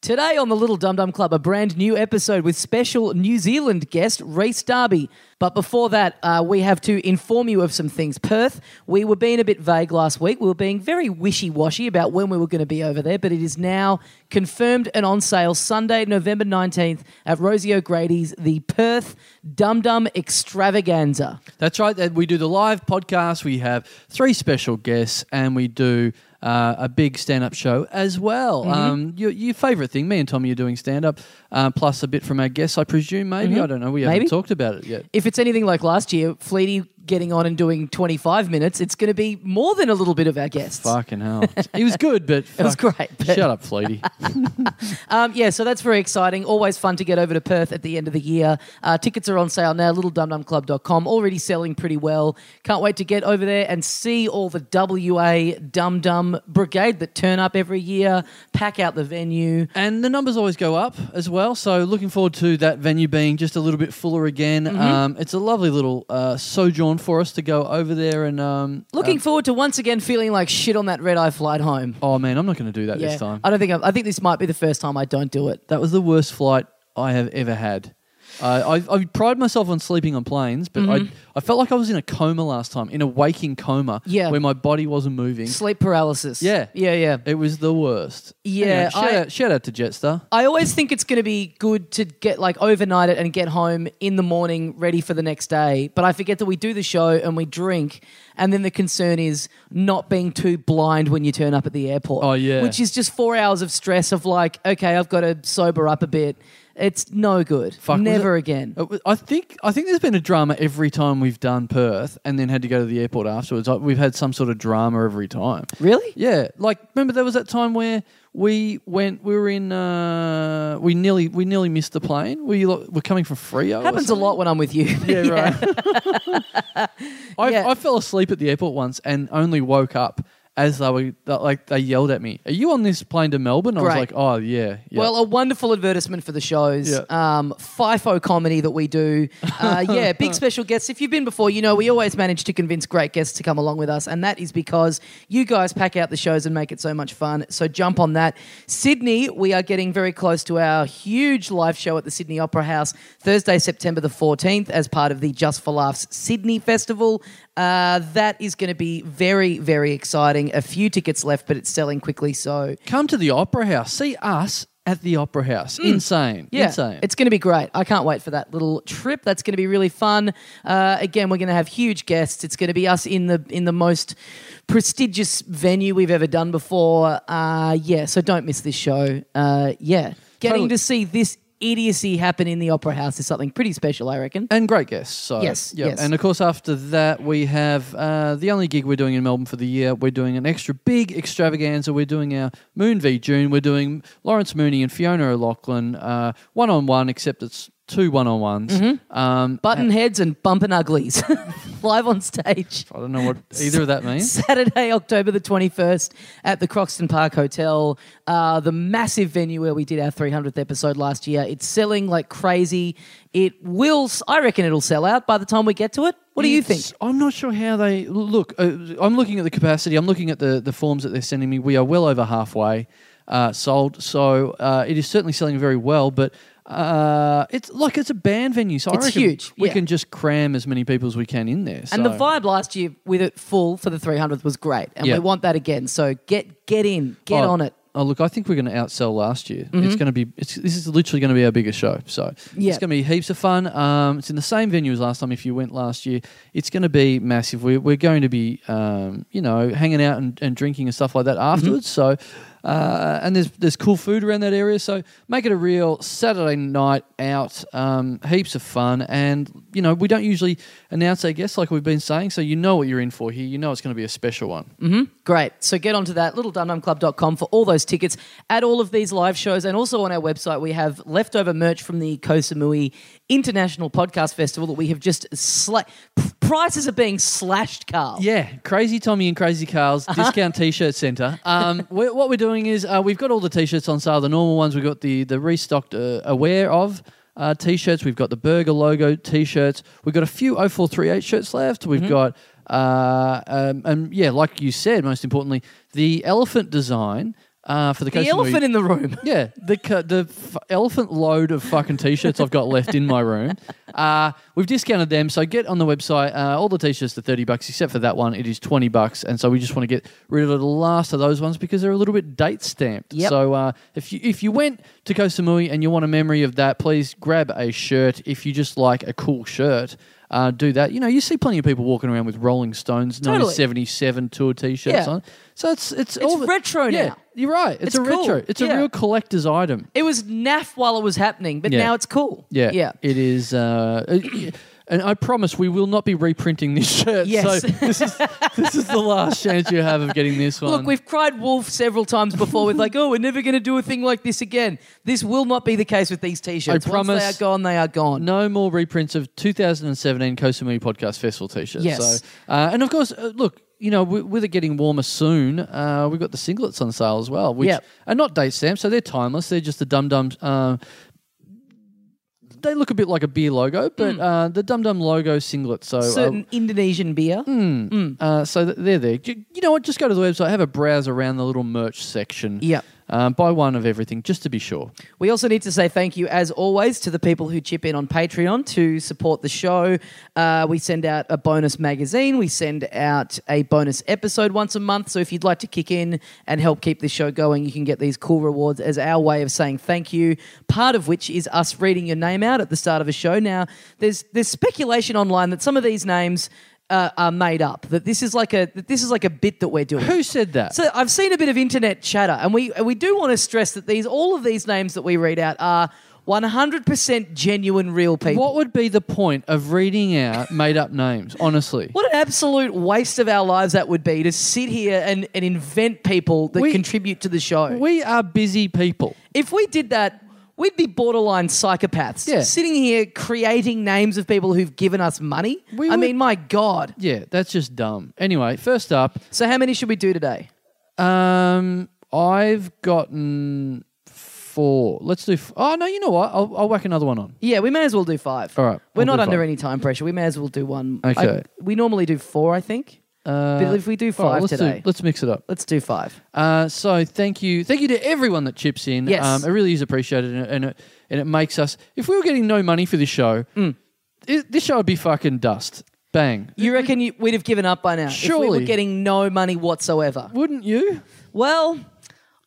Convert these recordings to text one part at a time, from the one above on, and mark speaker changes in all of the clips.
Speaker 1: Today on the Little Dum Dum Club, a brand new episode with special New Zealand guest Reese Darby. But before that, uh, we have to inform you of some things. Perth, we were being a bit vague last week. We were being very wishy washy about when we were going to be over there, but it is now confirmed and on sale Sunday, November 19th at Rosie O'Grady's, the Perth Dum Dum Extravaganza.
Speaker 2: That's right. that We do the live podcast. We have three special guests, and we do uh, a big stand-up show as well.
Speaker 1: Mm-hmm.
Speaker 2: Um, your, your favorite thing? Me and Tommy are doing stand-up, uh, plus a bit from our guests, I presume. Maybe I don't know. We
Speaker 1: Mm-hmm. Maybe.
Speaker 2: haven't talked about it yet.
Speaker 1: If it's anything like last year, Fleety getting on and doing 25 minutes, it's going to be more than a little bit of our guests.
Speaker 2: Fucking hell! He was good, but it
Speaker 1: was great, but-
Speaker 2: Shut up, Fleety.
Speaker 1: Um, yeah, so that's very exciting. Always fun to get over to Perth at the end of the year. Uh, tickets are on sale now, littledumdumclub.com. Already selling pretty well. Can't wait to get over there and see all the WA Dum Dum Brigade that turn up every year, pack out the venue.
Speaker 2: And the numbers always go up as well. So looking forward to that venue being just a little bit fuller again.
Speaker 1: Mm-hmm.
Speaker 2: Um, it's a lovely little uh, sojourn for us to go over there and. Um,
Speaker 1: Looking forward to once again feeling like shit on that red eye flight home.
Speaker 2: oh man, I'm not going to do that
Speaker 1: Yeah,
Speaker 2: this time.
Speaker 1: I don't think I'm, I think this might be the first time I don't do it.
Speaker 2: That was the worst flight I have ever had. Uh, I, I pride myself on sleeping on planes, but
Speaker 1: Mm-hmm.
Speaker 2: I, I felt like I was in a coma last time, in a waking coma,
Speaker 1: Yeah.
Speaker 2: where my body wasn't moving.
Speaker 1: Sleep paralysis.
Speaker 2: Yeah.
Speaker 1: yeah, yeah.
Speaker 2: It was the worst.
Speaker 1: Yeah,
Speaker 2: Anyway, shout,
Speaker 1: I-
Speaker 2: out, shout out to Jetstar.
Speaker 1: I always think it's going to be good to get like overnight it and get home in the morning ready for the next day. But I forget that we do the show and we drink, and then the concern is not being too blind when you turn up at the airport.
Speaker 2: Oh, yeah.
Speaker 1: which is just four hours of stress of like, okay, I've got to sober up a bit. It's no good.
Speaker 2: Fuck, was
Speaker 1: Never
Speaker 2: it- Oh,
Speaker 1: again.
Speaker 2: It was- I think I think there's been a drama every time we've done Perth and then had to go to the airport afterwards. Like, we've had some sort of drama every time.
Speaker 1: Really?
Speaker 2: Yeah. Like remember there was that time where we went we were in uh, we nearly we nearly missed the plane. We lo- were coming from Frio. or
Speaker 1: Happens a
Speaker 2: something?
Speaker 1: lot when I'm with you.
Speaker 2: Yeah, right. I,
Speaker 1: Yeah.
Speaker 2: I fell asleep at the airport once and only woke up as they were that- like they yelled at me. Are you on this plane to Melbourne? I was
Speaker 1: Great.
Speaker 2: like, oh yeah, yeah.
Speaker 1: Well, a wonderful advertisement for the shows.
Speaker 2: Yeah.
Speaker 1: Um, FIFO comedy that we do. Uh, yeah, big special guests. If you've been before, you know we always manage to convince great guests to come along with us, and that is because you guys pack out the shows and make it so much fun. So jump on that. Sydney, we are getting very close to our huge live show at the Sydney Opera House Thursday, September the 14th, as part of the Just for Laughs Sydney Festival. Uh, that is going to be very, very exciting. A few tickets left, but it's selling quickly. So
Speaker 2: come to the Opera House. See us at the Opera House. Insane.
Speaker 1: Hmm. Yeah,
Speaker 2: Insane.
Speaker 1: it's going to be great. I can't wait for that little trip. That's going to be really fun. Uh, again, we're going to have huge guests. It's going to be us in the in the most prestigious venue we've ever done before. Uh, yeah, so don't miss this show. Uh, yeah, getting
Speaker 2: Totally.
Speaker 1: to see this idiocy happen in the opera house is something pretty special, I reckon.
Speaker 2: and great guests. So
Speaker 1: Yes,
Speaker 2: yeah.
Speaker 1: yes.
Speaker 2: And of course, after that, we have uh, the only gig we're doing in Melbourne for the year. We're doing an extra big extravaganza. We're doing our Moon v June. We're doing Lawrence Mooney and Fiona O'Loughlin one on one, except it's two one on ones.
Speaker 1: Mm-hmm.
Speaker 2: Um,
Speaker 1: Button heads and bumping uglies live on stage.
Speaker 2: I don't know what either of that means.
Speaker 1: Saturday, October the 21st at the Croxton Park Hotel, uh, the massive venue where we did our 300th episode last year. It's selling like crazy. It will, s- I reckon it'll sell out by the time we get to it. What do you think?
Speaker 2: It's- I'm not sure how they look. Uh, I'm looking at the capacity. I'm looking at the the forms that they're sending me. We are well over halfway uh, sold, so uh, it is certainly selling very well. But uh, it's like it's a band venue, so
Speaker 1: It's
Speaker 2: I reckon
Speaker 1: huge,
Speaker 2: We
Speaker 1: yeah.
Speaker 2: can just cram as many people as we can in there.
Speaker 1: And the
Speaker 2: so-
Speaker 1: vibe last year with it full for the 300th was great. And
Speaker 2: Yeah.
Speaker 1: we want that again. So get get in, get
Speaker 2: Oh,
Speaker 1: on it. Mm-hmm.
Speaker 2: Oh look, I think we're going to outsell last year. It's going to be it's, this is literally going to be our biggest show. So
Speaker 1: Yeah.
Speaker 2: it's going to be heaps of fun. Um, it's in the same venue as last time. If you went last year, it's going to be massive. We're, we're going to be um, you know hanging out and, and drinking and stuff like
Speaker 1: Mm-hmm.
Speaker 2: that afterwards. So uh, and there's there's cool food around that area. So make it a real Saturday night out. Um, heaps of fun. And you know we don't usually announce our guests like we've been saying. So you know what you're in for here. You know it's going to be a special one.
Speaker 1: Great. So get onto that, littledumdumclub.com for all those tickets at all of these live shows. And also on our website, we have leftover merch from the Koh Samui International Podcast Festival that we have just sla- p- Prices are being slashed, Carl.
Speaker 2: Yeah, Crazy Tommy and Crazy Carl's discount T-shirt center. Um, we what we're doing is uh, we've got all the T-shirts on sale. The normal ones we've got the the restocked uh, aware of. Uh, t-shirts. We've got the burger logo t-shirts. We've got a few 0438 shirts left. We've got, uh, um, and yeah, like you said, most importantly, the elephant design uh, for the,
Speaker 1: The
Speaker 2: Coast of Nui-
Speaker 1: elephant in the room.
Speaker 2: yeah, the cu- the f- elephant load of fucking t-shirts I've got left in my room. Uh, we've discounted them, so get on the website. Uh, all the t-shirts are thirty bucks, except for that one. It is twenty bucks, and so we just want to get rid of the last of those ones because they're a little bit date stamped.
Speaker 1: Yep.
Speaker 2: So uh, if you if you went to Koh Samui and you want a memory of that, please grab a shirt. If you just like a cool shirt. Uh, do that. You know, you see plenty of people walking around with Rolling Stones
Speaker 1: Totally.
Speaker 2: 1977 tour T-shirts
Speaker 1: Yeah.
Speaker 2: on. So it's it's
Speaker 1: It's retro
Speaker 2: yeah,
Speaker 1: now.
Speaker 2: You're right.
Speaker 1: It's
Speaker 2: It's, a
Speaker 1: cool.
Speaker 2: retro. It's a
Speaker 1: Yeah.
Speaker 2: real collector's item.
Speaker 1: It was naff while it was happening, but
Speaker 2: Yeah.
Speaker 1: now it's cool.
Speaker 2: Yeah.
Speaker 1: Yeah.
Speaker 2: It is. Uh, it- and I promise we will not be reprinting this shirt.
Speaker 1: Yes.
Speaker 2: So this is, this is the last chance you have of getting this one.
Speaker 1: Look, we've cried wolf several times before with like, oh, we're never going to do a thing like this again. This will not be the case with these t-shirts. Once
Speaker 2: promise-
Speaker 1: they are gone, they are gone.
Speaker 2: no more reprints of 2017 Kosumi Podcast Festival t-shirts.
Speaker 1: Yes.
Speaker 2: So, uh, and of course, uh, look, you know, wi- with it getting warmer soon, uh, we've got the singlets on sale as well, which
Speaker 1: Yep.
Speaker 2: are not date stamped, so they're timeless. They're just the dum dum. Uh, they look a bit like a beer logo, but uh, the dum dum logo singlet. So uh,
Speaker 1: Hmm. Certain Indonesian beer.
Speaker 2: Uh, so th- they're there. J- You know what? Just go to the website, have a browse around the little merch section.
Speaker 1: Yep.
Speaker 2: Um, buy one of everything just to be sure.
Speaker 1: We also need to say thank you, as always, to the people who chip in on Patreon to support the show. Uh, we send out a bonus magazine. We send out a bonus episode once a month. So if you'd like to kick in and help keep this show going, you can get these cool rewards as our way of saying thank you. Part of which is us reading your name out at the start of a show. Now, there's there's speculation online that some of these names. Uh, are made up that this is like a that this is like a bit that we're doing.
Speaker 2: Who said that?
Speaker 1: So I've seen a bit of internet chatter, and we and we do want to stress that these all of these names that we read out are 100% genuine, real people.
Speaker 2: what would be the point of reading out made up names, honestly?
Speaker 1: What an absolute waste of our lives that would be to sit here and, and invent people that
Speaker 2: We-
Speaker 1: contribute to the show.
Speaker 2: We are busy people.
Speaker 1: if we did that, we'd be borderline psychopaths.
Speaker 2: Yeah.
Speaker 1: Sitting here creating names of people who've given us money.
Speaker 2: We
Speaker 1: I
Speaker 2: would-
Speaker 1: mean, my God.
Speaker 2: Yeah, that's just dumb. Anyway, first up,
Speaker 1: So, how many should we do today?
Speaker 2: um, I've gotten four. Let's do. F- oh, no, you know what? I'll, I'll whack another one on.
Speaker 1: Yeah, we may as well do five.
Speaker 2: All right,
Speaker 1: We're
Speaker 2: we'll
Speaker 1: not
Speaker 2: do
Speaker 1: under
Speaker 2: five.
Speaker 1: any time pressure. We may as well do one. I-
Speaker 2: Okay.
Speaker 1: we normally do four, I think.
Speaker 2: Uh,
Speaker 1: But if we do
Speaker 2: all right,
Speaker 1: five
Speaker 2: let's do-
Speaker 1: today, let's,
Speaker 2: let's mix it up.
Speaker 1: do five.
Speaker 2: Uh, so thank you, thank you to everyone that chips in.
Speaker 1: Yes.
Speaker 2: um, it really is appreciated, and, it- and it and it makes us. If we were getting no money for this show,
Speaker 1: Mm.
Speaker 2: it, this show would be fucking dust. Bang.
Speaker 1: You reckon you, we'd have given up by now if we
Speaker 2: Surely.
Speaker 1: were getting no money whatsoever?
Speaker 2: Wouldn't you?
Speaker 1: Well,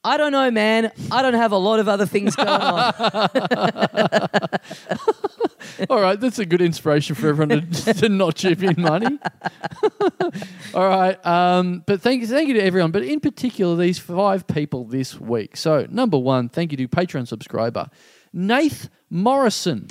Speaker 1: I don't know, man. I don't have a lot of other things going on.
Speaker 2: All right, that's a good inspiration for everyone to, to not chip in money. All right, um, but thank thank you to everyone, but in particular these five people this week. So number one, thank you to Patreon subscriber Nath Morrison.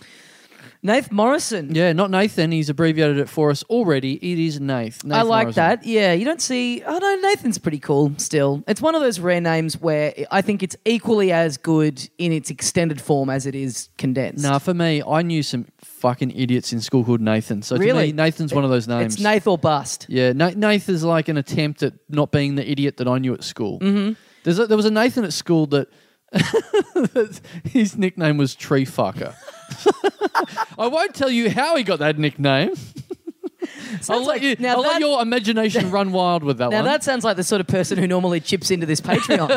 Speaker 1: Nath Morrison.
Speaker 2: Yeah, not Nathan. He's abbreviated it for us already. It is Nath. Nath
Speaker 1: I like
Speaker 2: Morrison.
Speaker 1: that. Yeah, you don't see. Oh no, Nathan's pretty cool. Still, it's one of those rare names where I think it's equally as good in its extended form as it is condensed.
Speaker 2: Nah, for me, I knew some fucking idiots in school called Nathan. So to
Speaker 1: Really?
Speaker 2: me, Nathan's one of those names.
Speaker 1: it's Nath or bust.
Speaker 2: yeah, Na- Nath is like an attempt at not being the idiot that I knew at school. Mm-hmm. There's a, there was a Nathan at school that his nickname was Tree Fucker. I won't tell you how he got that nickname. I'll
Speaker 1: Sounds
Speaker 2: let
Speaker 1: like-
Speaker 2: you.
Speaker 1: now
Speaker 2: I'll let
Speaker 1: that-
Speaker 2: your imagination run wild with that
Speaker 1: Now
Speaker 2: one.
Speaker 1: that sounds like the sort of person who normally chips into this Patreon.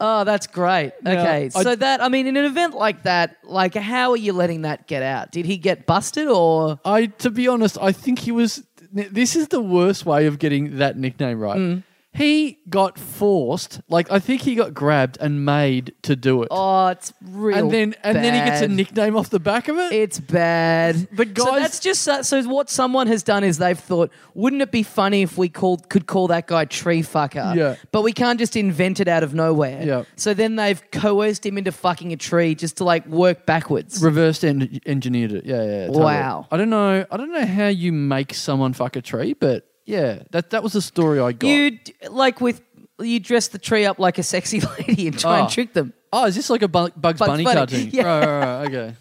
Speaker 1: oh, that's great. Okay,
Speaker 2: I-
Speaker 1: so that I mean, in an event like that, like how are you letting that get out? Did he get busted or?
Speaker 2: I, to be honest, I think he was. This is the worst way of getting that nickname right.
Speaker 1: Hmm.
Speaker 2: He got forced. Like I think he got grabbed and made to do it.
Speaker 1: Oh, it's real.
Speaker 2: and then and then he gets a
Speaker 1: bad.
Speaker 2: nickname off the back of it.
Speaker 1: It's bad.
Speaker 2: But
Speaker 1: so
Speaker 2: guys-
Speaker 1: that's just uh, so, so. What someone has done is they've thought, wouldn't it be funny if we called could call that guy tree fucker?
Speaker 2: Yeah.
Speaker 1: But we can't just invent it out of nowhere.
Speaker 2: Yeah.
Speaker 1: So then they've coerced him into fucking a tree just to like work backwards.
Speaker 2: Reversed en- engineered it. Yeah, yeah. yeah, totally.
Speaker 1: Wow.
Speaker 2: I don't know. I don't know how you make someone fuck a tree, but yeah, that that was the story I got.
Speaker 1: you d- like with you dress the tree up like a sexy lady and try
Speaker 2: Oh.
Speaker 1: and trick them.
Speaker 2: oh, is this like a Bu- Bugs,
Speaker 1: Bugs
Speaker 2: Bunny,
Speaker 1: Bunny.
Speaker 2: cartoon?
Speaker 1: Yeah.
Speaker 2: Right, right, right, okay.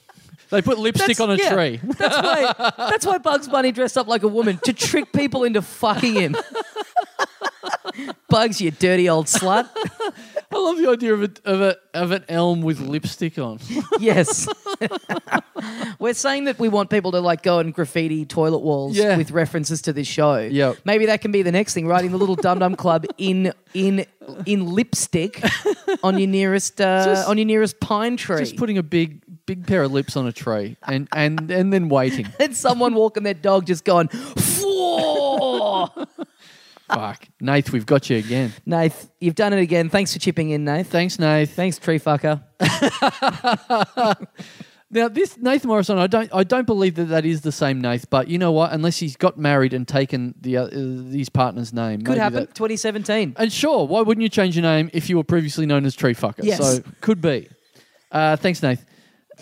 Speaker 2: They put lipstick
Speaker 1: That's-
Speaker 2: on a
Speaker 1: yeah.
Speaker 2: tree.
Speaker 1: That's why. That's why Bugs Bunny dressed up like a woman to trick people into fucking him. Bugs, you dirty old slut.
Speaker 2: I love the idea of a, of a of an elm with lipstick on.
Speaker 1: Yes. We're saying that we want people to like go and graffiti toilet walls
Speaker 2: Yeah.
Speaker 1: with references to this show.
Speaker 2: Yep.
Speaker 1: Maybe that can be the next thing, writing the little Dum Dum Club in in in lipstick on your nearest uh,
Speaker 2: Just-
Speaker 1: on your nearest pine tree.
Speaker 2: Just putting a big big pair of lips on a tray and and and then waiting.
Speaker 1: and someone walking their dog just going, "Whoa!"
Speaker 2: Fuck, Nath, we've got you again.
Speaker 1: Nath, you've done it again. Thanks for chipping in, Nath.
Speaker 2: Thanks, Nath.
Speaker 1: Thanks, tree fucker.
Speaker 2: Now, this Nathan Morrison, I don't, I don't believe that that is the same Nath. But you know what? Unless he's got married and taken the uh, his partner's name,
Speaker 1: Could
Speaker 2: maybe
Speaker 1: happen.
Speaker 2: that-
Speaker 1: 2017.
Speaker 2: and sure, why wouldn't you change your name if you were previously known as Tree Fucker?
Speaker 1: Yes.
Speaker 2: So could be. Uh, thanks, Nath.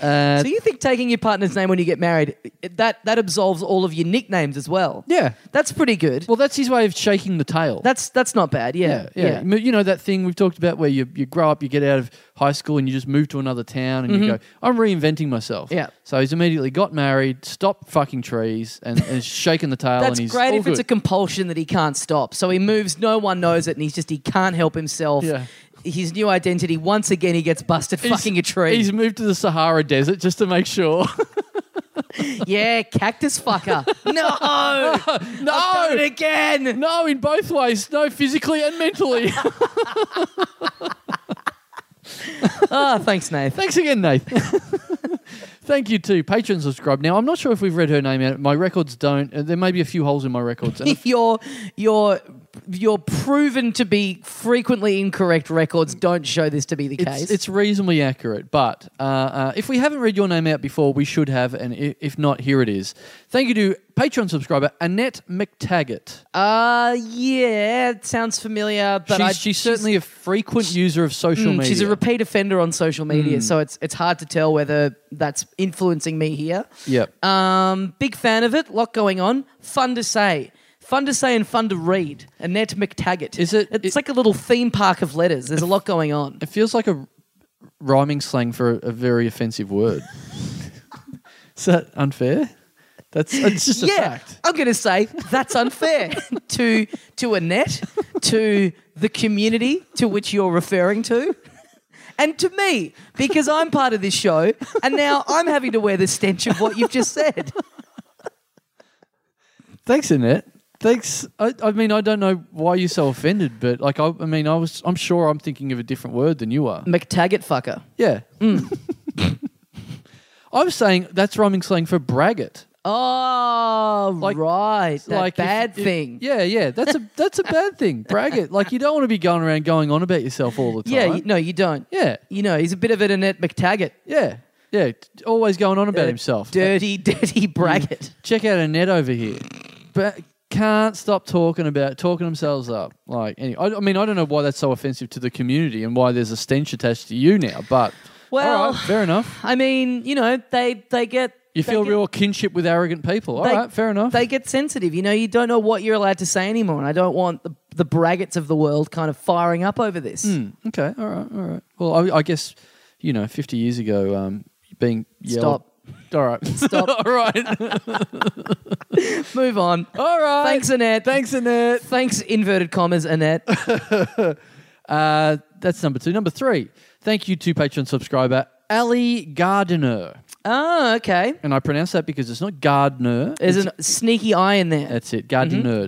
Speaker 2: Uh,
Speaker 1: So you think taking your partner's name when you get married that that absolves all of your nicknames as well?
Speaker 2: yeah.
Speaker 1: That's pretty good.
Speaker 2: Well, that's his way of shaking the tail.
Speaker 1: That's that's not bad. Yeah, yeah.
Speaker 2: yeah. You know that thing we've talked about where you, you grow up, you get out of high school, and you just move to another town, and you go, I'm reinventing myself.
Speaker 1: Mm-hmm. Yeah.
Speaker 2: So he's immediately got married, stopped fucking trees, and, and is shaking the tail.
Speaker 1: That's
Speaker 2: and he's
Speaker 1: great
Speaker 2: all
Speaker 1: if it's
Speaker 2: good.
Speaker 1: a compulsion that he can't stop. So he moves, no one knows it, and he's just he can't help himself.
Speaker 2: Yeah.
Speaker 1: His new identity. Once again, he gets busted
Speaker 2: He's-
Speaker 1: fucking a tree.
Speaker 2: He's moved to the Sahara Desert just to make sure.
Speaker 1: yeah, cactus fucker. no, I've done it
Speaker 2: no,
Speaker 1: again.
Speaker 2: no, in both ways, no, physically and mentally.
Speaker 1: Ah, thanks, Nath.
Speaker 2: Thanks again, Nate. Thank you too, patron subscribe. Now I'm not sure if we've read her name out. My records don't. Uh, There may be a few holes in my records. And
Speaker 1: If your your your proven to be frequently incorrect records don't show this to be the
Speaker 2: it's,
Speaker 1: case.
Speaker 2: it's reasonably accurate, but uh, uh, if we haven't read your name out before, we should have, and i- if not, here it is. Thank you to Patreon subscriber Annette McTaggart.
Speaker 1: uh yeah, it sounds familiar, but
Speaker 2: she's,
Speaker 1: I,
Speaker 2: she's certainly a frequent user of social
Speaker 1: Mm,
Speaker 2: media. Mm.
Speaker 1: She's a repeat offender on social media, so it's it's hard to tell whether that's influencing me here.
Speaker 2: Yep.
Speaker 1: Um, big fan of it. Lot going on. Fun to say. Fun to say and fun to read. Annette McTaggart.
Speaker 2: Is it-
Speaker 1: It's
Speaker 2: it-
Speaker 1: like a little theme park of letters. There's a lot going on.
Speaker 2: It feels like a rhyming slang for a, a very offensive word. Is that unfair? That's it's just a
Speaker 1: Yeah,
Speaker 2: fact.
Speaker 1: I'm going to say that's unfair to to Annette, to the community to which you're referring to, and to me because I'm part of this show, and now I'm having to wear the stench of what you've just said.
Speaker 2: Thanks, Annette. Thanks. I, I mean, I don't know why you're so offended, but like, I, I mean, I was, I'm sure I'm thinking of a different word than you are.
Speaker 1: McTaggart fucker.
Speaker 2: Yeah.
Speaker 1: Mm.
Speaker 2: I was saying that's rhyming slang for braggot.
Speaker 1: Oh,
Speaker 2: Like-
Speaker 1: right. That
Speaker 2: like if-
Speaker 1: bad
Speaker 2: if-
Speaker 1: thing.
Speaker 2: yeah, yeah. That's a that's a bad thing. Braggot. Like you don't want to be going around going on about yourself all the time.
Speaker 1: yeah, you, no, you don't.
Speaker 2: yeah.
Speaker 1: You know, he's a bit of an Annette McTaggart.
Speaker 2: Yeah, yeah. t- Always going on about
Speaker 1: Uh,
Speaker 2: himself.
Speaker 1: Dirty, dirty bracket.
Speaker 2: Check out Annette over here. But can't stop talking about talking themselves up. Like, any, I, I mean, I don't know why that's so offensive to the community and why there's a stench attached to you now. But
Speaker 1: Well-
Speaker 2: all right, fair enough.
Speaker 1: I mean, you know, they they get
Speaker 2: You
Speaker 1: they
Speaker 2: feel
Speaker 1: get-
Speaker 2: real kinship with arrogant people. All
Speaker 1: they-
Speaker 2: right, fair enough.
Speaker 1: They get sensitive. You know, you don't know what you're allowed to say anymore. And I don't want the, the braggarts of the world kind of firing up over this.
Speaker 2: Hmm, okay, all right, all right. Well, I, I guess you know, 50 years ago, um, being yelled.
Speaker 1: Stop.
Speaker 2: All right.
Speaker 1: Stop.
Speaker 2: all right.
Speaker 1: Move on.
Speaker 2: All right.
Speaker 1: Thanks, Annette.
Speaker 2: Thanks, Annette.
Speaker 1: Thanks, inverted commas, Annette.
Speaker 2: Uh, that's number two. Number three, thank you to Patreon subscriber Ali Gardiner.
Speaker 1: oh, okay.
Speaker 2: And I pronounce that because it's not Gardner.
Speaker 1: There's a sneaky eye in there.
Speaker 2: That's it, Gardiner.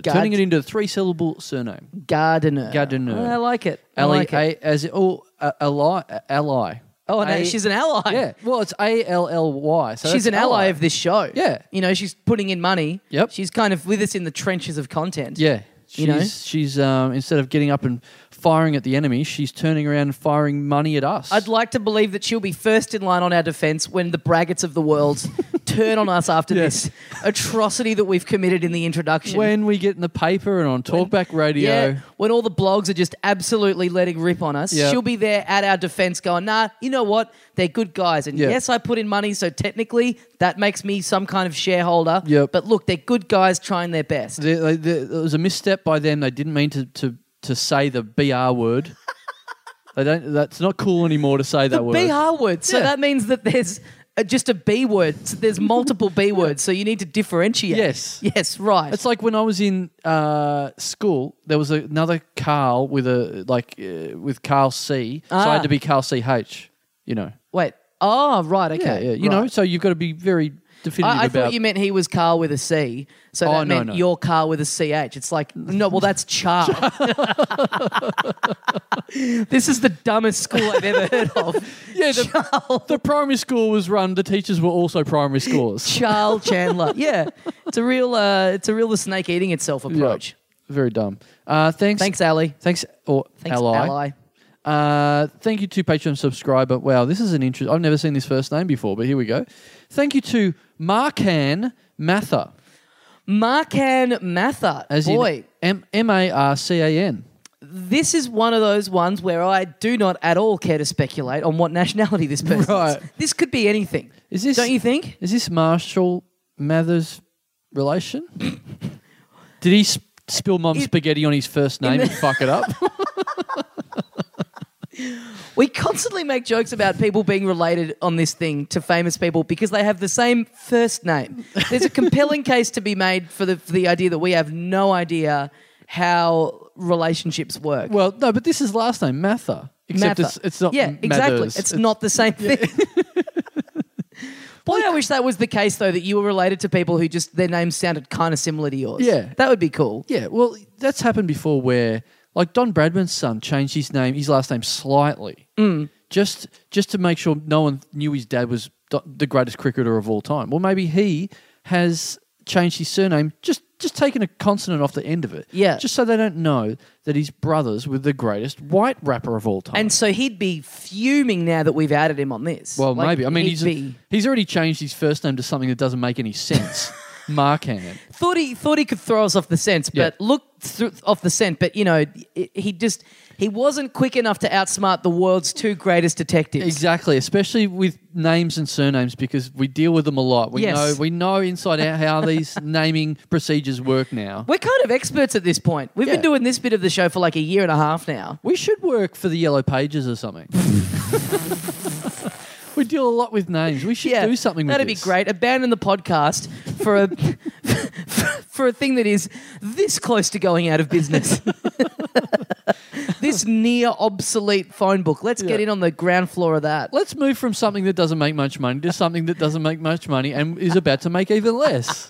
Speaker 1: Mm-hmm. Gard-
Speaker 2: Turning it into a three syllable surname.
Speaker 1: Gardener.
Speaker 2: Gardener.
Speaker 1: I like it. I
Speaker 2: Ali,
Speaker 1: like it.
Speaker 2: A- as it, oh, uh, ally, uh, ally.
Speaker 1: Oh,
Speaker 2: A-
Speaker 1: no, she's an ally.
Speaker 2: Yeah, well, it's A L L Y. So
Speaker 1: She's an
Speaker 2: that's
Speaker 1: ally of this show.
Speaker 2: Yeah.
Speaker 1: You know, she's putting in money.
Speaker 2: Yep.
Speaker 1: She's kind of with us in the trenches of content.
Speaker 2: Yeah. She's,
Speaker 1: You know?
Speaker 2: she's um, instead of getting up and firing at the enemy, she's turning around and firing money at us.
Speaker 1: I'd like to believe that she'll be first in line on our defense when the braggarts of the world turn on us after
Speaker 2: Yes.
Speaker 1: this atrocity that we've committed in the introduction.
Speaker 2: when we get in the paper and on talkback radio,
Speaker 1: yeah, when all the blogs are just absolutely letting rip on us,
Speaker 2: Yeah.
Speaker 1: she'll be there at our defense going, nah, you know what? They're good guys. And
Speaker 2: Yeah.
Speaker 1: yes, I put in money, so technically that makes me some kind of shareholder.
Speaker 2: Yep.
Speaker 1: But look, they're good guys trying their best.
Speaker 2: They, they, they, it was a misstep by them. They didn't mean to, to, to say the BR word. they don't. That's not cool anymore to say that word.
Speaker 1: BR word. So
Speaker 2: Yeah.
Speaker 1: that means that there's uh, just a B word. So there's multiple B words. So you need to differentiate.
Speaker 2: Yes.
Speaker 1: Yes, right.
Speaker 2: It's like when I was in uh, school, there was another Carl with a like uh, with Carl C. So I
Speaker 1: Ah.
Speaker 2: had to be Carl C H. You know.
Speaker 1: Wait, Oh, right. Okay.
Speaker 2: Yeah, yeah. You know,
Speaker 1: right.
Speaker 2: so you've got to be very definitive
Speaker 1: I, I
Speaker 2: about.
Speaker 1: thought you meant he was Carl with a C. So
Speaker 2: Oh,
Speaker 1: that
Speaker 2: no,
Speaker 1: meant
Speaker 2: no.
Speaker 1: your car with a CH. It's like, no, well, that's Char. this is the dumbest school I've ever heard of.
Speaker 2: yeah, the, the primary school was run. The teachers were also primary schools.
Speaker 1: Charles Chandler. Yeah. It's a real, uh, it's a real the snake eating itself approach.
Speaker 2: Very dumb. Uh, thanks.
Speaker 1: Thanks, Ali.
Speaker 2: Thanks. Or
Speaker 1: Thanks,
Speaker 2: ally.
Speaker 1: ally.
Speaker 2: Uh, thank you to Patreon subscriber. Wow, this is an interest. I've never seen this first name before, but here we go. Thank you to Marcan Mather.
Speaker 1: Marcan Mather.
Speaker 2: As
Speaker 1: Boy.
Speaker 2: in M A R C A N.
Speaker 1: This is one of those ones where I do not at all care to speculate on what nationality this person
Speaker 2: Right.
Speaker 1: is. This could be anything.
Speaker 2: Is this-
Speaker 1: Don't you think?
Speaker 2: Is this Marshall Mather's relation? Did he sp- spill mum
Speaker 1: It-
Speaker 2: spaghetti on his first name and fuck it up?
Speaker 1: We constantly make jokes about people being related on this thing to famous people because they have the same first name. There's a compelling case to be made for the for the idea that we have no idea how relationships work.
Speaker 2: well, no, but this is last name Mather. Except
Speaker 1: Mather.
Speaker 2: it's it's not
Speaker 1: yeah, exactly.
Speaker 2: Mathers.
Speaker 1: It's, not the same thing. Boy, I wish that was the case though that you were related to people who just their names sounded kind of similar to yours.
Speaker 2: Yeah.
Speaker 1: that would be cool.
Speaker 2: Yeah, well, that's happened before where like Don Bradman's son changed his name, his last name slightly,
Speaker 1: Mm.
Speaker 2: just just to make sure no one knew his dad was do- the greatest cricketer of all time. Well, maybe he has changed his surname, just just taken a consonant off the end of it,
Speaker 1: Yeah.
Speaker 2: just so they don't know that his brothers were the greatest white rapper of all time.
Speaker 1: And so he'd be fuming now that we've added him on this.
Speaker 2: well,
Speaker 1: Like,
Speaker 2: maybe I mean
Speaker 1: he'd
Speaker 2: he's
Speaker 1: be-
Speaker 2: he's already changed his first name to something that doesn't make any sense. Mark Hannon.
Speaker 1: thought he thought he could throw us off the scent,
Speaker 2: Yeah.
Speaker 1: but looked through, off the scent. But you know, i he just he wasn't quick enough to outsmart the world's two greatest detectives.
Speaker 2: Exactly, especially with names and surnames because we deal with them a lot. We
Speaker 1: Yes.
Speaker 2: know we know inside out how these naming procedures work now.
Speaker 1: We're kind of experts at this point. We've
Speaker 2: Yeah.
Speaker 1: been doing this bit of the show for like a year and a half now.
Speaker 2: We should work for the yellow pages or something. we deal a lot with names. We should do something with
Speaker 1: That'd
Speaker 2: this.
Speaker 1: be great. Abandon the podcast for a for a thing that is this close to going out of business. this near obsolete phone book. Let's get
Speaker 2: Yeah.
Speaker 1: in on the ground floor of that.
Speaker 2: Let's move from something that doesn't make much money to something that doesn't make much money and is about to make even less.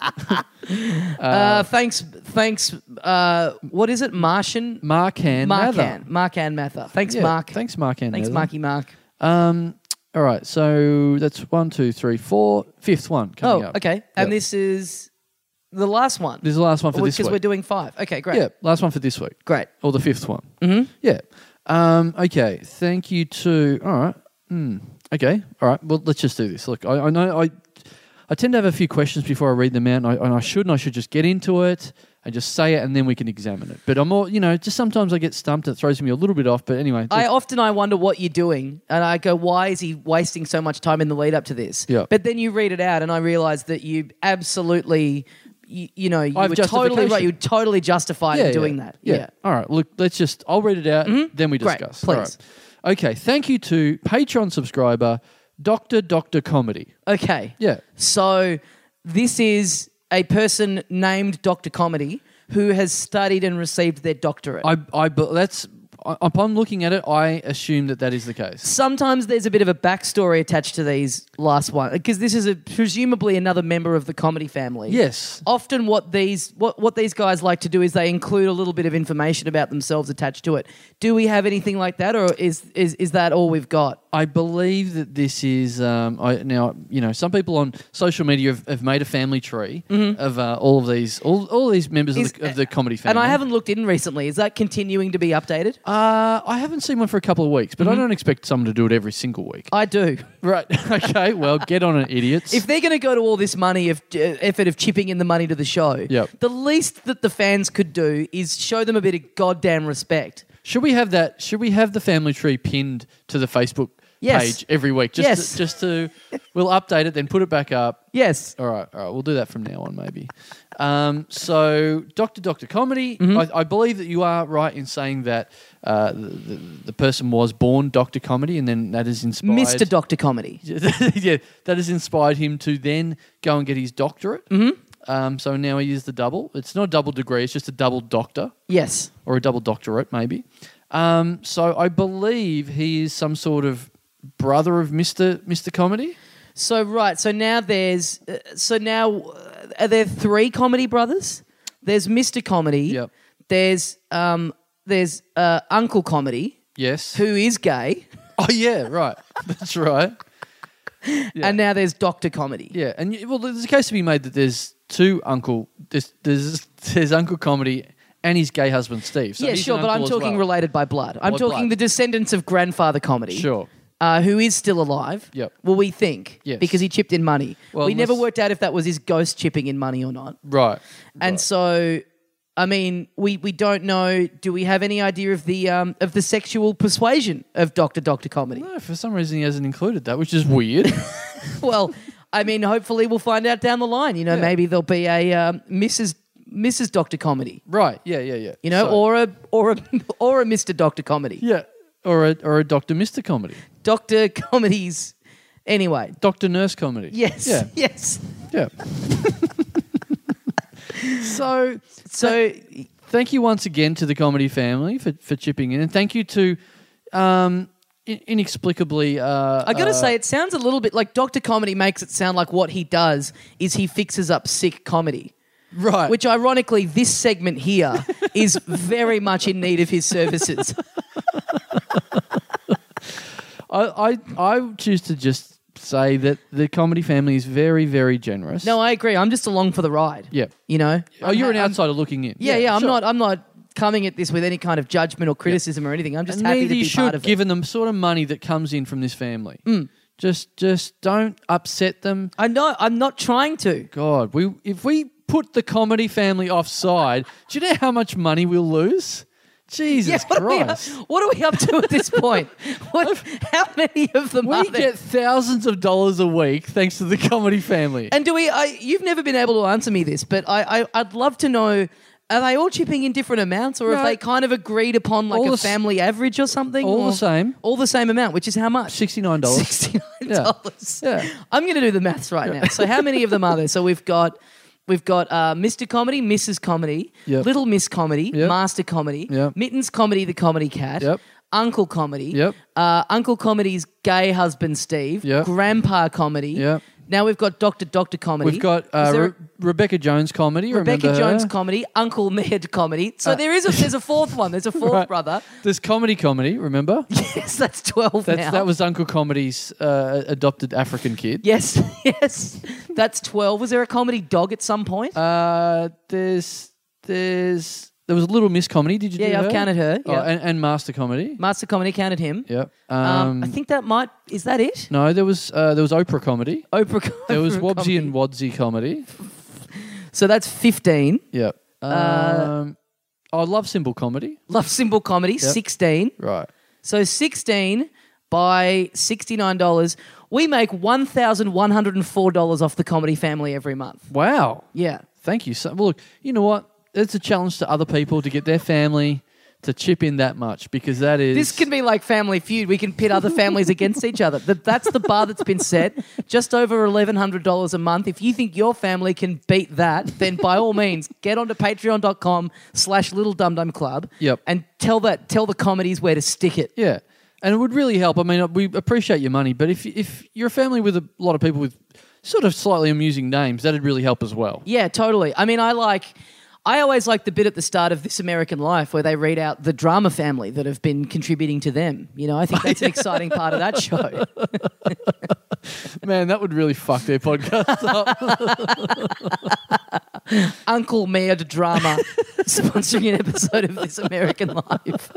Speaker 1: Uh, thanks, thanks. Uh, what is it? Martian.
Speaker 2: Mark and
Speaker 1: Mark
Speaker 2: Mather.
Speaker 1: Ann. Mark Ann Mather. Thanks,
Speaker 2: Yeah,
Speaker 1: Mark.
Speaker 2: Thanks, Mark and
Speaker 1: Thanks,
Speaker 2: Mather.
Speaker 1: Marky Mark.
Speaker 2: Um, all right, so that's one, two, three, four. Fifth one
Speaker 1: Oh,
Speaker 2: coming up.
Speaker 1: okay. And
Speaker 2: Yep.
Speaker 1: this is the last one. Oh,
Speaker 2: This is the last one for this
Speaker 1: Because
Speaker 2: week.
Speaker 1: we're doing five. Okay, great.
Speaker 2: Yeah, last one for this week.
Speaker 1: Great.
Speaker 2: Or the fifth one. Mm-hmm. Yeah. Um, okay. Thank you to. All right. Hmm. Okay. All right. Well, let's just do this. Look, I, I know I, I tend to have a few questions before I read them out, and I, and I should and I should just get into it and just say it, and then we can examine it. But I'm all, you know, just sometimes I get stumped. It throws me a little bit off. But anyway,
Speaker 1: I
Speaker 2: look,
Speaker 1: often I wonder what you're doing, and I go, why is he wasting so much time in the lead up to this?
Speaker 2: Yeah.
Speaker 1: But then you read it out, and I realize that you absolutely, you, you know, you
Speaker 2: I've
Speaker 1: were totally
Speaker 2: justification.
Speaker 1: right. You were totally justified
Speaker 2: yeah,
Speaker 1: in doing
Speaker 2: yeah,
Speaker 1: that.
Speaker 2: Yeah.
Speaker 1: Yeah. Mm-hmm.
Speaker 2: All right. Look, let's just. I'll read it out, then we
Speaker 1: Great,
Speaker 2: discuss. All
Speaker 1: please.
Speaker 2: right. Okay. Thank you to Patreon subscriber, Doctor Doctor Comedy.
Speaker 1: Okay.
Speaker 2: Yeah.
Speaker 1: So this is a person named Dr. Comedy who has studied and received their doctorate.
Speaker 2: I, I, bu- that's I- upon looking at it, I assume that that is the case.
Speaker 1: Sometimes there's a bit of a backstory attached to these last one because this is a, presumably another member of the comedy family.
Speaker 2: Yes.
Speaker 1: Often, what these what, what these guys like to do is they include a little bit of information about themselves attached to it. Do we have anything like that, or is is, is that all we've got?
Speaker 2: I believe that this is um, I, now. You know, some people on social media have, have made a family tree of uh, all of these, all, all these members
Speaker 1: Mm-hmm. Is-
Speaker 2: of, the, of the comedy family.
Speaker 1: And I haven't looked in recently. Is that continuing to be updated?
Speaker 2: Uh, I haven't seen one for a couple of weeks, but
Speaker 1: Mm-hmm.
Speaker 2: I don't expect someone to do it every single week.
Speaker 1: I do.
Speaker 2: right. okay. Well, get on it, idiots.
Speaker 1: If they're going to go to all this money of uh, effort of chipping in the money to the show,
Speaker 2: Yep.
Speaker 1: the least that the fans could do is show them a bit of goddamn respect.
Speaker 2: should we have that? Should we have the family tree pinned to the Facebook
Speaker 1: Yes.
Speaker 2: page every week? Just
Speaker 1: Yes.
Speaker 2: To, just to, we'll update it, then put it back up.
Speaker 1: Yes.
Speaker 2: All right, all right. We'll do that from now on, maybe. Um, so, Doctor Doctor Comedy. I, I believe that you are right in saying that uh, the, the, the person was born Doctor Comedy, and then that is inspired
Speaker 1: Mr. Doctor Comedy.
Speaker 2: yeah, that has inspired him to then go and get his doctorate. Mm-hmm. Um, so now he is the double. It's not a double degree; it's just a double doctor
Speaker 1: Yes.
Speaker 2: or a double doctorate, maybe. Um, so I believe he is some sort of brother of Mister Mister Comedy.
Speaker 1: So right, so now there's uh, so now uh, are there three comedy brothers? There's Mr. Comedy.
Speaker 2: Yep.
Speaker 1: There's um there's uh, Uncle Comedy
Speaker 2: Yes.
Speaker 1: who is gay,
Speaker 2: Oh yeah, right. That's right.
Speaker 1: and now there's Doctor Comedy.
Speaker 2: Yeah, and y- well, there's a case to be made that there's two uncle. There's there's, there's Uncle Comedy and his gay husband Steve. So
Speaker 1: yeah,
Speaker 2: he's an
Speaker 1: sure, but I'm
Speaker 2: uncle as
Speaker 1: talking
Speaker 2: well.
Speaker 1: related by blood. I'm
Speaker 2: By
Speaker 1: talking
Speaker 2: blood.
Speaker 1: the descendants of grandfather comedy.
Speaker 2: Sure.
Speaker 1: Uh, who is still alive?
Speaker 2: Yep.
Speaker 1: Well, we think
Speaker 2: Yes.
Speaker 1: because he chipped in money.
Speaker 2: Well,
Speaker 1: we never
Speaker 2: unless-
Speaker 1: worked out if that was his ghost chipping in money or not.
Speaker 2: Right.
Speaker 1: And so, I mean, we, we don't know. Do we have any idea of the um, of the sexual persuasion of Doctor Doctor Comedy?
Speaker 2: No, for some reason he hasn't included that, which is weird.
Speaker 1: well, I mean, hopefully we'll find out down the line. You know, maybe there'll be a um, Mrs. Mrs. Doctor Comedy.
Speaker 2: right. Yeah. Yeah. Yeah.
Speaker 1: You know,
Speaker 2: So-
Speaker 1: or a or a or a Mister Doctor Comedy.
Speaker 2: yeah, or a or a Doctor Mister Comedy,
Speaker 1: Doctor Comedies. Anyway,
Speaker 2: Doctor Nurse Comedy.
Speaker 1: yes,
Speaker 2: Yeah.
Speaker 1: yes.
Speaker 2: Yeah.
Speaker 1: So so
Speaker 2: thank you once again to the comedy family for, for chipping in, and thank you to um, in- inexplicably. Uh,
Speaker 1: I gotta
Speaker 2: uh,
Speaker 1: say, it sounds a little bit like Doctor Comedy makes it sound like what he does is he fixes up sick comedy.
Speaker 2: right,
Speaker 1: Which, ironically, this segment here is very much in need of his services.
Speaker 2: I, I I choose to just say that the comedy family is very very generous.
Speaker 1: No, I agree. I'm just along for the ride.
Speaker 2: yeah.
Speaker 1: You know?
Speaker 2: Oh, you're an
Speaker 1: I'm-
Speaker 2: outsider looking in.
Speaker 1: Yeah, yeah. I'm
Speaker 2: sure.
Speaker 1: not. I'm not coming at this with any kind of judgment or criticism or anything. I'm just
Speaker 2: And
Speaker 1: happy to
Speaker 2: neither you
Speaker 1: be
Speaker 2: should,
Speaker 1: part of it. Mm.
Speaker 2: given the sort of money that comes in from this family. Just just don't upset them.
Speaker 1: I know. I'm not trying to.
Speaker 2: God, we if we put the comedy family offside, do you know how much money we'll lose? Jesus
Speaker 1: what, are we, up-
Speaker 2: Christ.
Speaker 1: what are we up to at this point? What, how many of them are
Speaker 2: We
Speaker 1: there?
Speaker 2: get thousands of dollars a week thanks to the comedy family.
Speaker 1: And do we? I, you've never been able to answer me this, but I, I I'd love to know. Are they all chipping in different amounts, or
Speaker 2: No.
Speaker 1: have they kind of agreed upon like
Speaker 2: All the
Speaker 1: a
Speaker 2: s-
Speaker 1: family average or something?
Speaker 2: all
Speaker 1: or-
Speaker 2: the same.
Speaker 1: Mm-hmm. all the same amount, which is how much?
Speaker 2: $69.
Speaker 1: Sixty-nine dollars.
Speaker 2: Yeah. Yeah.
Speaker 1: I'm going to do the maths right now. So how many of them are there? So we've got. We've got uh, Mr. Comedy, Mrs. Comedy,
Speaker 2: Yep.
Speaker 1: Little Miss Comedy,
Speaker 2: Yep.
Speaker 1: Master Comedy,
Speaker 2: Yep.
Speaker 1: Mittens Comedy, the Comedy Cat,
Speaker 2: Yep.
Speaker 1: Uncle Comedy,
Speaker 2: Yep.
Speaker 1: uh, Uncle Comedy's gay husband Steve,
Speaker 2: Yep.
Speaker 1: Grandpa Comedy.
Speaker 2: Yep.
Speaker 1: Now we've got Doctor Doctor Comedy.
Speaker 2: We've got uh,
Speaker 1: Is there a-
Speaker 2: Re- Rebecca Jones comedy.
Speaker 1: Rebecca
Speaker 2: remember
Speaker 1: Jones
Speaker 2: her? Uh,
Speaker 1: comedy, Uncle Ned comedy. So there is a there's a fourth one. There's a fourth
Speaker 2: Right.
Speaker 1: brother.
Speaker 2: There's comedy comedy, remember?
Speaker 1: Yes, that's twelve now.
Speaker 2: That's, that was Uncle Comedy's uh, adopted African kid.
Speaker 1: yes, yes, that's twelve. Was there a comedy dog at some point?
Speaker 2: Uh, there's there's there was a little Miss Comedy. Did you?
Speaker 1: Yeah,
Speaker 2: do
Speaker 1: yeah, I've
Speaker 2: her?
Speaker 1: counted her,
Speaker 2: Oh,
Speaker 1: yeah.
Speaker 2: and, and Master Comedy.
Speaker 1: Master comedy counted him.
Speaker 2: Yep. Um,
Speaker 1: Um, I think that might is that it.
Speaker 2: no, there was uh, there was Oprah Comedy.
Speaker 1: Oprah.
Speaker 2: There was
Speaker 1: Oprah
Speaker 2: Wobbsy
Speaker 1: comedy.
Speaker 2: and Wodsy Comedy.
Speaker 1: So that's fifteen.
Speaker 2: Yep.
Speaker 1: Uh,
Speaker 2: Um, I love Symbol Comedy.
Speaker 1: Love symbol comedy sixteen.
Speaker 2: Right.
Speaker 1: So sixteen by sixty nine dollars, we make one thousand one hundred and four dollars off the comedy family every month.
Speaker 2: Wow.
Speaker 1: Yeah.
Speaker 2: Thank you. So, well, look, you know what? It's a challenge to other people to get their family to chip in that much because that is
Speaker 1: This can be like Family Feud. We can pit other families against each other. Th- That's the bar that's been set. Just over eleven hundred dollars a month. If you think your family can beat that, then by all means, get onto Patreon.com/slash Little Dum Dum Club.
Speaker 2: Yep.
Speaker 1: And tell that tell the comedies where to stick it.
Speaker 2: Yeah, and it would really help. I mean, we appreciate your money, but if if you're a family with a lot of people with sort of slightly amusing names, that'd really help as well.
Speaker 1: Yeah, totally. I mean, I like. I always like the bit at the start of This American Life where they read out the drama family that have been contributing to them. You know, I think that's an exciting part of that show.
Speaker 2: Man, that would really fuck their podcast up.
Speaker 1: Uncle Mad Drama sponsoring an episode of This American Life.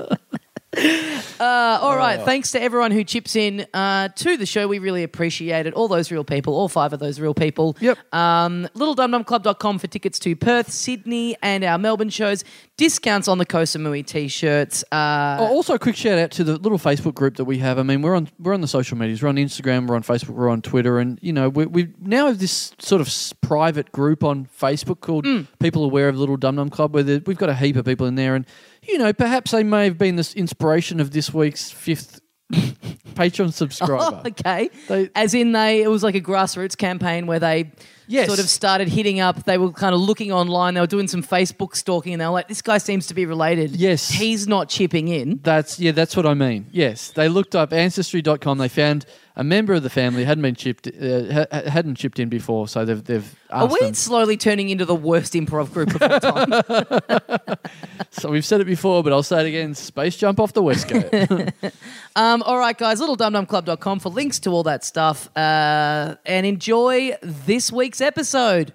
Speaker 1: Uh, all right. Thanks to everyone who chips in uh, to the show. We really appreciate it. All those real people, all five of those real people.
Speaker 2: Yep.
Speaker 1: Um, LittleDumDumClub.com for tickets to Perth, Sydney, and our Melbourne shows. Discounts on the Kosamui t shirts. Uh,
Speaker 2: Oh, also, a quick shout out to the little Facebook group that we have. I mean, we're on we're on the social medias. We're on Instagram. We're on Facebook. We're on Twitter. And you know, we, we now have this sort of s- private group on Facebook called
Speaker 1: Mm.
Speaker 2: "People Aware of Little Dum Dum Club," where there- we've got a heap of people in there. And you know, perhaps they may have been the s- inspiration of this week's fifth Patreon subscriber.
Speaker 1: Oh, okay.
Speaker 2: They-
Speaker 1: As in, they it was like a grassroots campaign where they
Speaker 2: Yes.
Speaker 1: sort of started hitting up. They were kind of looking online. They were doing some Facebook stalking, and they were like, "This guy seems to be related.
Speaker 2: Yes.
Speaker 1: he's not chipping in."
Speaker 2: That's yeah, that's what I mean. Yes, they looked up ancestry.com. They found a member of the family hadn't been chipped, uh, ha- ha- hadn't chipped in before, so they've they've
Speaker 1: Are
Speaker 2: asked
Speaker 1: we
Speaker 2: them.
Speaker 1: slowly turning into the worst improv group of all time?
Speaker 2: So we've said it before, but I'll say it again: space jump off the west coast.
Speaker 1: um, all right, guys, littledumdumclub.com for links to all that stuff. Uh, and enjoy this week's episode.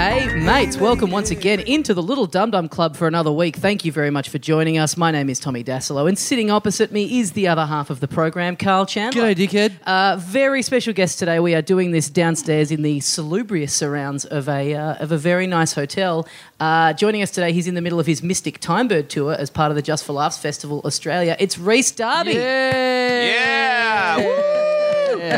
Speaker 1: Hey, mates, welcome once again into the Little Dum Dum Club for another week. Thank you very much for joining us. My name is Tommy Dasilo, and sitting opposite me is the other half of the program, Carl Chandler.
Speaker 2: G'day, dickhead.
Speaker 1: Uh, very special guest today. We are doing this downstairs in the salubrious surrounds of a uh, of a very nice hotel. Uh, joining us today, he's in the middle of his Mystic Timebird tour as part of the Just for Laughs Festival Australia. It's Reese Darby.
Speaker 2: yeah.
Speaker 3: Yeah.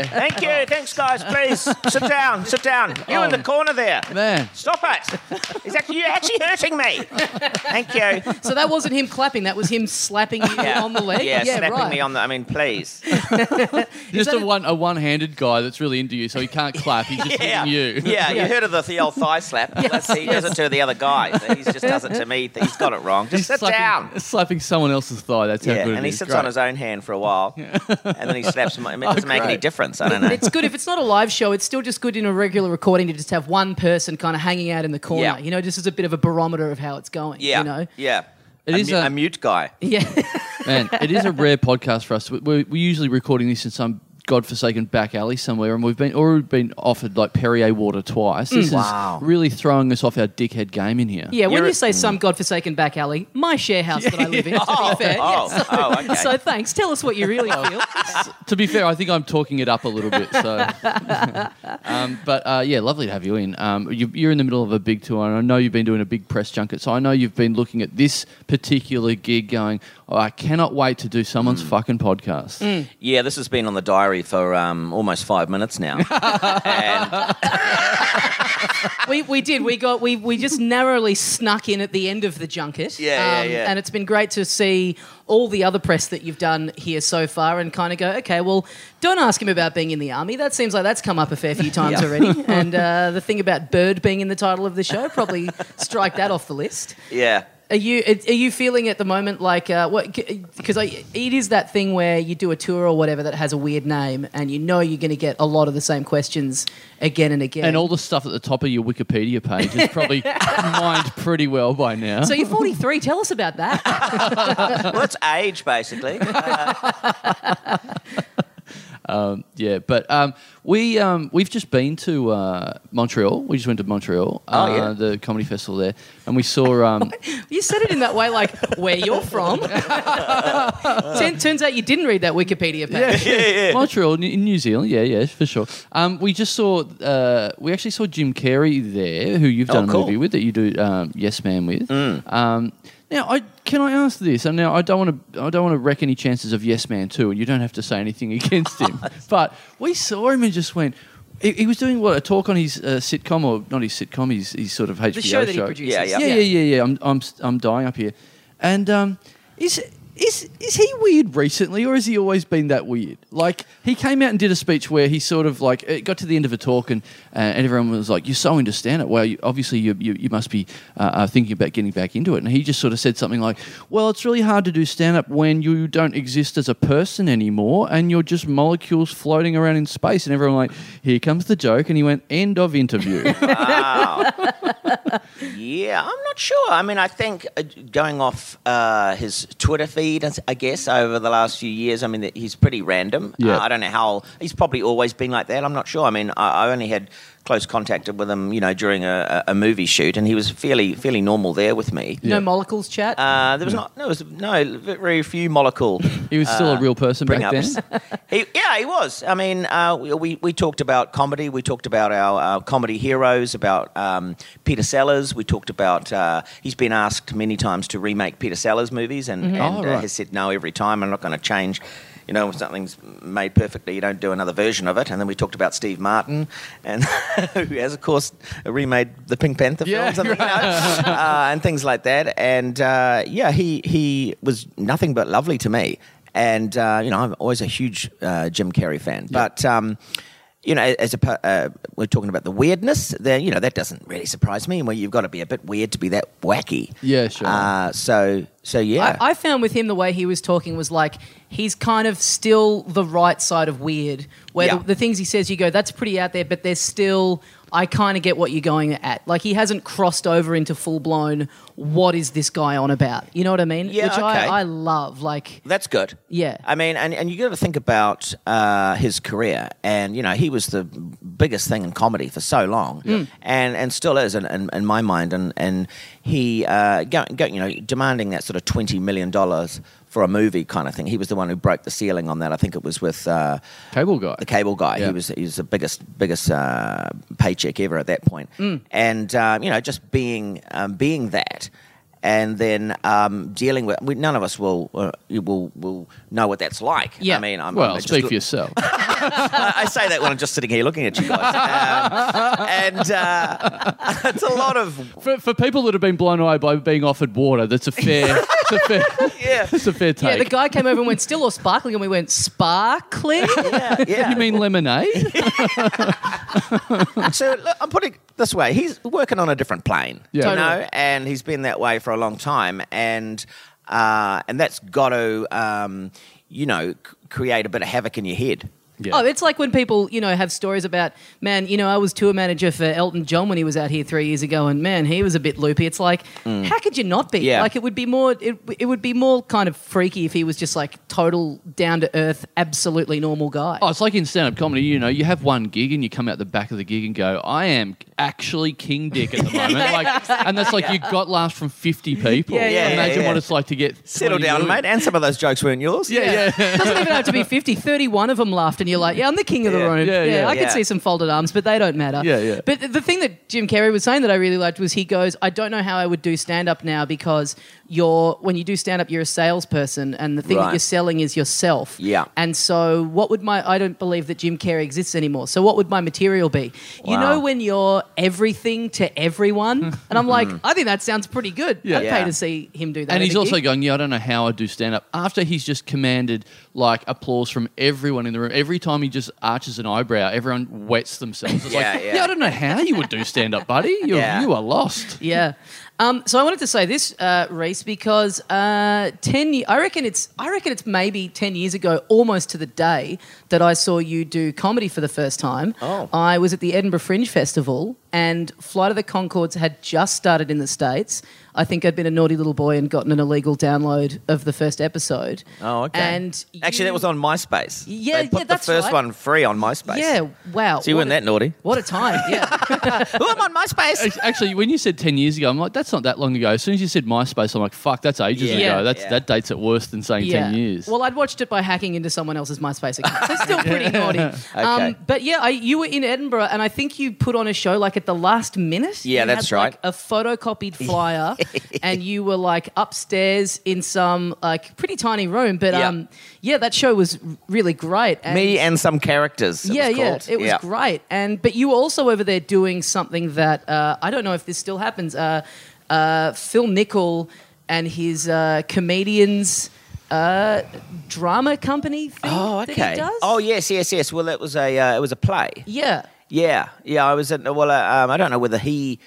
Speaker 3: Thank you. Thanks, guys. Please sit down. Sit down. You in the corner there.
Speaker 2: Man,
Speaker 3: Stop it. Is that you actually hurting me? Thank you.
Speaker 1: So that wasn't him clapping. That was him slapping you on the leg.
Speaker 3: Yeah, snapping
Speaker 1: right.
Speaker 3: me on the. I mean, please.
Speaker 2: just
Speaker 1: that
Speaker 2: a
Speaker 1: a-
Speaker 2: one a one-handed guy that's really into you, so he can't clap. He's just
Speaker 3: Yeah.
Speaker 2: hitting you.
Speaker 3: Yeah, you heard of the, the old thigh slap. That's- he does it to the other guy. So he just does it to me. He's got it wrong. Just
Speaker 2: He's
Speaker 3: sit
Speaker 2: slapping,
Speaker 3: down.
Speaker 2: slapping someone else's thigh. That's how
Speaker 3: Yeah,
Speaker 2: good it
Speaker 3: and he
Speaker 2: is.
Speaker 3: sits
Speaker 2: Great.
Speaker 3: on his own hand for a while, and then he slaps. My, it doesn't make any
Speaker 2: great.
Speaker 3: difference. I don't know.
Speaker 1: It's good if it's not a live show. It's still just good in a regular recording to just have one person kind of hanging out in the corner.
Speaker 3: Yeah.
Speaker 1: You know, just as a bit of a barometer of how it's going.
Speaker 3: Yeah,
Speaker 1: You know.
Speaker 3: yeah.
Speaker 2: It
Speaker 3: a,
Speaker 2: is
Speaker 3: mu-
Speaker 2: a-
Speaker 3: a mute guy.
Speaker 1: Yeah.
Speaker 2: Man, it is a rare podcast for us. We- We're, we're usually recording this in some godforsaken back alley somewhere, and we've been already been offered like Perrier water twice. This
Speaker 3: Mm. Wow.
Speaker 2: is really throwing us off our dickhead game in here.
Speaker 1: Yeah, when
Speaker 3: You're- Mm.
Speaker 1: you say some godforsaken back alley, my share house that I live in, to be fair.
Speaker 3: Oh,
Speaker 1: Yes.
Speaker 3: oh, okay.
Speaker 1: So thanks. Tell us what you really feel.
Speaker 2: To be fair, I think I'm talking it up a little bit. So, um, but uh, yeah, lovely to have you in. Um, you, you're in the middle of a big tour, and I know you've been doing a big press junket. So I know you've been looking at this particular gig, going, oh, "I cannot wait to do
Speaker 3: Mm.
Speaker 2: someone's fucking podcast."
Speaker 3: Yeah, this has been on the diary for um, almost five minutes now. and
Speaker 1: we, we did. We got we we just narrowly snuck in at the end of the junket. Um,
Speaker 3: Yeah, yeah, yeah.
Speaker 1: And it's been great to see all the other press that you've done here so far, and kind of go, okay, well, don't ask him about being in the army. That seems like that's come up a fair few times
Speaker 3: Yeah.
Speaker 1: already. And uh, the thing about bird being in the title of the show probably strike that off the list.
Speaker 3: yeah,
Speaker 1: Are you are you feeling at the moment like uh, what? Because it is that thing where you do a tour or whatever that has a weird name, and you know you're going to get a lot of the same questions again and again.
Speaker 2: And all the stuff at the top of your Wikipedia page is probably mined pretty well by now.
Speaker 1: so you're 43. Tell us about that.
Speaker 3: well, it's age basically.
Speaker 2: yeah, but um, we um, we've just been to uh, Montreal. We just went to Montreal, uh,
Speaker 3: Oh, yeah.
Speaker 2: the comedy festival there, and we saw. Um,
Speaker 1: You said it in that way, like where you're from. Turn- turns out you didn't read that Wikipedia page.
Speaker 2: Montreal in- in New Zealand. Yeah, yeah, for sure. Um, we just saw. Uh, we actually saw Jim Carrey there, who you've
Speaker 3: Oh,
Speaker 2: done a
Speaker 3: cool. Mm.
Speaker 2: movie with that you do um, Yes Man with. Um, now, I can I ask this, and now I don't want to. I don't want to wreck any chances of Yes Man too, and you don't have to say anything against him. but we saw him and just went. He, he was doing what a talk on his uh, sitcom, or not his sitcom, his, his sort of HBO
Speaker 1: The show that he produces.
Speaker 3: Yeah,
Speaker 2: yeah, yeah, yeah, yeah. I'm, I'm, I'm dying up here. And um, is is is he weird recently, or has he always been that weird? Like he came out and did a speech where he sort of like it got to the end of a talk, and uh, and everyone was like, "You're so into stand up. Well, you, obviously you, you you must be uh, uh, thinking about getting back into it." And he just sort of said something like, "Well, it's really hard to do stand up when you don't exist as a person anymore, and you're just molecules floating around in space." And everyone like, "Here comes the joke," and he went, "End of interview."
Speaker 3: Wow. yeah, I'm not sure. I mean, I think uh, going off uh, his Twitter feed, as- I guess, over the last few years, I mean, that he's pretty random.
Speaker 2: Yeah.
Speaker 3: Uh, I don't know how he's probably always been like that. I'm not sure. I mean, I, I only had close contact with him, you know, during a, a a movie shoot, and he was fairly fairly normal there with me.
Speaker 1: No molecules chat.
Speaker 3: Uh, there was not. No, it was, no, very few molecule.
Speaker 2: He was still
Speaker 3: uh,
Speaker 2: a real person back
Speaker 3: bring-ups.
Speaker 2: then.
Speaker 3: he, yeah, he was. I mean, uh, we, we we talked about comedy. We talked about our, our comedy heroes. About um, Peter Sellers. We talked about. Uh, he's been asked many times to remake Peter Sellers movies, and, and
Speaker 2: Oh,
Speaker 3: uh,
Speaker 2: right.
Speaker 3: has said no every time. I'm not going to change. you know, if something's made perfectly, you don't do another version of it. And then we talked about Steve Martin, and who has, of course, remade the Pink Panther
Speaker 2: Yeah,
Speaker 3: films, and, you know, uh, and things like that. And uh, yeah, he he was nothing but lovely to me. And uh, you know, I'm always a huge uh, Jim Carrey fan, but. Um, you know, as a per- uh, we're talking about the weirdness, then you know that doesn't really surprise me. Well, you've got to be a bit weird to be that wacky.
Speaker 2: Yeah, sure.
Speaker 3: Uh, so, so yeah,
Speaker 1: I, I found with him the way he was talking was like he's kind of still the right side of weird, where
Speaker 3: Yeah.
Speaker 1: the, the things he says you go, that's pretty out there, but there's still. I kind of get what you're going at. Like he hasn't crossed over into full blown. What is this guy on about? You know what I mean?
Speaker 3: Yeah,
Speaker 1: Which
Speaker 3: okay.
Speaker 1: I, I love. Like
Speaker 3: That's good.
Speaker 1: Yeah.
Speaker 3: I mean, and, and you got to think about uh, his career. And, you know, he was the biggest thing in comedy for so long and, and still is in, in, in my mind. And, and he, uh, go, go, you know, demanding that sort of $20 million for a movie kind of thing. He was the one who broke the ceiling on that. I think it was with. Uh,
Speaker 2: Cable guy.
Speaker 3: the cable guy.
Speaker 2: Yeah.
Speaker 3: He was he was the biggest biggest uh, paycheck ever at that point.
Speaker 2: Mm.
Speaker 3: And um, you know, just being um, being that, and then um, dealing with we, none of us will uh, you will will know what that's like.
Speaker 1: Yeah.
Speaker 3: I mean, I'm
Speaker 2: Well,
Speaker 3: I'm just
Speaker 2: speak
Speaker 3: lo-
Speaker 2: for yourself.
Speaker 3: I, I say that when I'm just sitting here looking at you guys, um, and uh, it's a lot of
Speaker 2: for, for people that have been blown away by being offered water, that's a fair, it's a fair,
Speaker 3: yeah.
Speaker 2: it's a fair take.
Speaker 1: Yeah, the guy came over and went still or sparkling, and we went sparkling.
Speaker 3: Yeah, yeah.
Speaker 2: you mean lemonade?
Speaker 3: so look, I'm putting it this way: he's working on a different plane,
Speaker 2: Yeah.
Speaker 3: you
Speaker 1: Totally.
Speaker 3: know, and he's been that way for a long time, and uh, and that's got to, um, you know, c- create a bit of havoc in your head.
Speaker 2: Yeah.
Speaker 1: Oh, it's like when people, you know, have stories about, man, you know, I was tour manager for Elton John when he was out here three years ago, and man, he was a bit loopy. It's like, how could you not be?
Speaker 3: Yeah.
Speaker 1: Like, it would be more, it, it would be more kind of freaky if he was just like total down to earth, absolutely normal guy.
Speaker 2: Oh, it's like in stand-up comedy. You know, you have one gig and you come out the back of the gig and go, "I am actually King Dick at the moment." like, and that's like you got laughs from fifty people.
Speaker 1: Yeah, yeah,
Speaker 2: Imagine
Speaker 3: yeah, yeah.
Speaker 2: what it's like to get
Speaker 3: Settle
Speaker 2: 20
Speaker 3: down,
Speaker 2: million.
Speaker 3: mate. And some of those jokes weren't yours.
Speaker 2: Yeah, yeah.
Speaker 1: Doesn't even have to be 50. 31 of them laughed, and you're like, yeah, I'm the king of the
Speaker 3: Yeah,
Speaker 1: room.
Speaker 2: yeah, yeah.
Speaker 1: I
Speaker 3: Yeah.
Speaker 1: can see some folded arms, but they don't matter.
Speaker 2: Yeah, yeah.
Speaker 1: But th- the thing that Jim Carrey was saying that I really liked was he goes, I don't know how I would do stand up now because you're, when you do stand up, you're a salesperson, and the thing
Speaker 3: Right.
Speaker 1: that you're selling is yourself.
Speaker 3: Yeah.
Speaker 1: And so, what would my, I don't believe that Jim Carrey exists anymore. So, what would my material be? You
Speaker 3: Wow.
Speaker 1: know, when you're everything to everyone, and I'm like, I think that sounds pretty good.
Speaker 2: Yeah.
Speaker 1: I'd
Speaker 3: Hmm. Yeah.
Speaker 1: pay to see him do that.
Speaker 2: And
Speaker 1: at
Speaker 2: he's
Speaker 1: a
Speaker 2: also
Speaker 1: gig.
Speaker 2: going, yeah, I don't know how I do stand up. After he's just commanded like applause from everyone in the room, every time he just arches an eyebrow, everyone wets themselves. It's
Speaker 3: Yeah,
Speaker 2: like,
Speaker 3: yeah.
Speaker 2: I don't know how you would do stand up, buddy. You're,
Speaker 3: Yeah.
Speaker 2: You are lost.
Speaker 1: Yeah. Um, so I wanted to say this, uh, Reese, because uh, ten. ye- I reckon it's. I reckon it's maybe ten years ago, almost to the day that I saw you do comedy for the first time.
Speaker 3: Oh.
Speaker 1: I was at the Edinburgh Fringe Festival, and Flight of the Concords had just started in the states. I think I'd been a naughty little boy and gotten an illegal download of the first episode.
Speaker 3: Oh, okay.
Speaker 1: And
Speaker 3: actually,
Speaker 1: you-
Speaker 3: that was on MySpace.
Speaker 1: Yeah,
Speaker 3: they put
Speaker 1: yeah, that's
Speaker 3: the first
Speaker 1: right.
Speaker 3: one free on MySpace.
Speaker 1: Yeah. Wow.
Speaker 3: so you
Speaker 1: What a-
Speaker 3: weren't that naughty.
Speaker 1: What a time. Yeah.
Speaker 3: oh, I'm on MySpace.
Speaker 2: Ac- Actually, when you said 10 years ago, I'm like, that's not that long ago. As soon as you said MySpace, I'm like, fuck, that's ages
Speaker 3: Yeah.
Speaker 1: Yeah.
Speaker 2: ago. That's,
Speaker 3: Yeah.
Speaker 2: That dates it worse than saying 10 years.
Speaker 1: Well, I'd watched it by hacking into someone else's MySpace account. So it's still pretty naughty.
Speaker 3: Okay.
Speaker 1: Um, but yeah, I, you were in Edinburgh, and I think you put on a show like at the last minute.
Speaker 3: Yeah,
Speaker 1: You
Speaker 3: that's
Speaker 1: had,
Speaker 3: right.
Speaker 1: Like, a photocopied flyer, and you were like upstairs in some like pretty tiny room. But
Speaker 3: Yeah.
Speaker 1: um, yeah, that show was r- really great. And
Speaker 3: Me and some characters. it
Speaker 1: yeah,
Speaker 3: was
Speaker 1: yeah,
Speaker 3: called.
Speaker 1: it was
Speaker 3: Yeah.
Speaker 1: great. And but you were also over there doing something that uh, I don't know if this still happens. Uh, uh, Phil Nichol and his uh, comedians uh, drama company thing
Speaker 3: Oh,
Speaker 1: that
Speaker 3: okay.
Speaker 1: he does.
Speaker 3: Oh, yes, yes, yes. Well, it was a uh, it was a play.
Speaker 1: yeah.
Speaker 3: Yeah, yeah. I was in. Well, uh, um, I don't know whether he,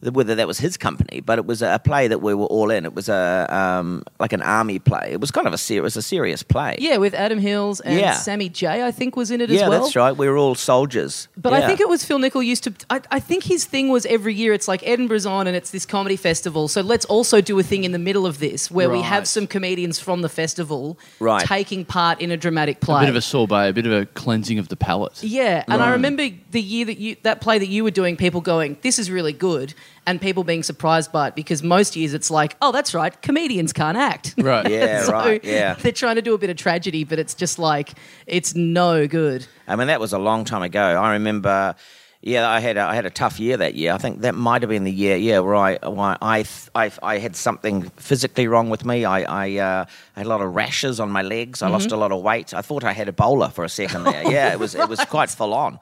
Speaker 3: whether that was his company, but it was a play that we were all in. It was a um, like an army play. It was kind of a serious, a serious play.
Speaker 1: Yeah, with Adam Hills and
Speaker 3: Yeah.
Speaker 1: Sammy J, I think was in it
Speaker 3: yeah,
Speaker 1: as well.
Speaker 3: that's right. We were all soldiers.
Speaker 1: But
Speaker 3: Yeah.
Speaker 1: I think it was Phil Nichol used to. I, I think his thing was every year it's like Edinburgh's on and it's this comedy festival. So let's also do a thing in the middle of this where we
Speaker 2: Right.
Speaker 1: have some comedians from the festival
Speaker 3: Right.
Speaker 1: taking part in a dramatic play.
Speaker 2: a bit of a sorbet, a bit of a cleansing of the palate.
Speaker 1: Yeah, and
Speaker 3: Mm.
Speaker 1: I remember the year that you that play that you were doing, people going, "This is really good," and people being surprised by it because most years it's like, "Oh, that's right, comedians can't act."
Speaker 2: Right.
Speaker 3: Yeah,
Speaker 1: So
Speaker 3: right. Yeah.
Speaker 1: they're trying to do a bit of tragedy, but it's just like it's no good.
Speaker 3: I mean, that was a long time ago. I remember. Yeah, I had a, I had a tough year that year. I think that might have been the year, yeah, where I where I, th- I I had something physically wrong with me. I I, uh, I had a lot of rashes on my legs.
Speaker 1: Mm-hmm.
Speaker 3: I lost a lot of weight. I thought I had Ebola for a second there. yeah, it was it was quite full on.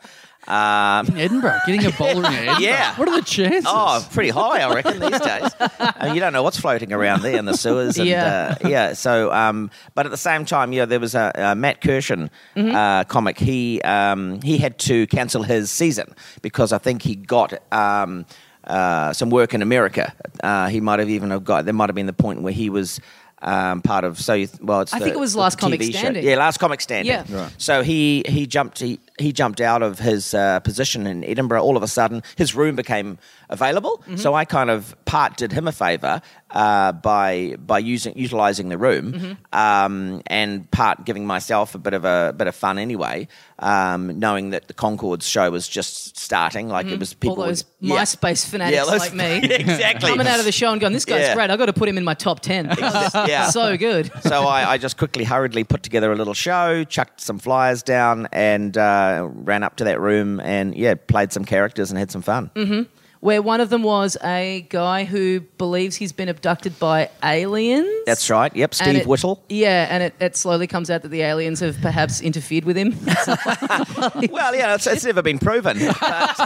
Speaker 3: Um,
Speaker 2: In Edinburgh, getting a bowler in Edinburgh.
Speaker 3: Yeah.
Speaker 2: What are the chances?
Speaker 3: Oh, pretty high, I reckon these days. I mean, you don't know what's floating around there in the sewers. And,
Speaker 1: Yeah.
Speaker 3: uh, yeah. So, um, but at the same time, yeah, there was a, a Matt Kirshen
Speaker 1: Mm-hmm.
Speaker 3: uh, comic. He um, he had to cancel his season because I think he got. Um, uh, some work in America. Uh, he might have even have got. There might have been the point where he was um, part of. So you, well, it's
Speaker 1: I
Speaker 3: the-
Speaker 1: think it was
Speaker 3: it's
Speaker 1: Last
Speaker 3: the
Speaker 1: Comic
Speaker 3: TV show.
Speaker 1: Standing.
Speaker 3: Yeah, Last Comic Standing.
Speaker 1: Yeah. Right.
Speaker 3: So he he jumped he, he jumped out of his uh, position in Edinburgh. All of a sudden, his room became available.
Speaker 1: Mm-hmm.
Speaker 3: So I kind of part did him a favour uh, by by using utilising the room,
Speaker 1: Mm-hmm.
Speaker 3: um, and part giving myself a bit of a bit of fun anyway, um, knowing that the Concord's show was just starting. Like it was
Speaker 1: Mm-hmm. All
Speaker 3: people
Speaker 1: those
Speaker 3: yeah.
Speaker 1: MySpace fanatics
Speaker 3: those-
Speaker 1: like me.
Speaker 3: Yeah, exactly
Speaker 1: Coming out of the show and going, this guy's
Speaker 3: Yeah.
Speaker 1: great. I've got to put him in my top 10.
Speaker 3: yeah.
Speaker 1: so good.
Speaker 3: so I, I just quickly, hurriedly put together a little show, chucked some flyers down, and uh, ran up to that room and yeah, played some characters and had some fun.
Speaker 1: Mm-hmm. Where one of them was a guy who believes he's been abducted by aliens.
Speaker 3: That's right. Yep,
Speaker 1: And
Speaker 3: Steve
Speaker 1: it-
Speaker 3: Whittle.
Speaker 1: Yeah, and it, it slowly comes out that the aliens have perhaps interfered with him.
Speaker 3: Well, yeah, it's, it's never been proven. But,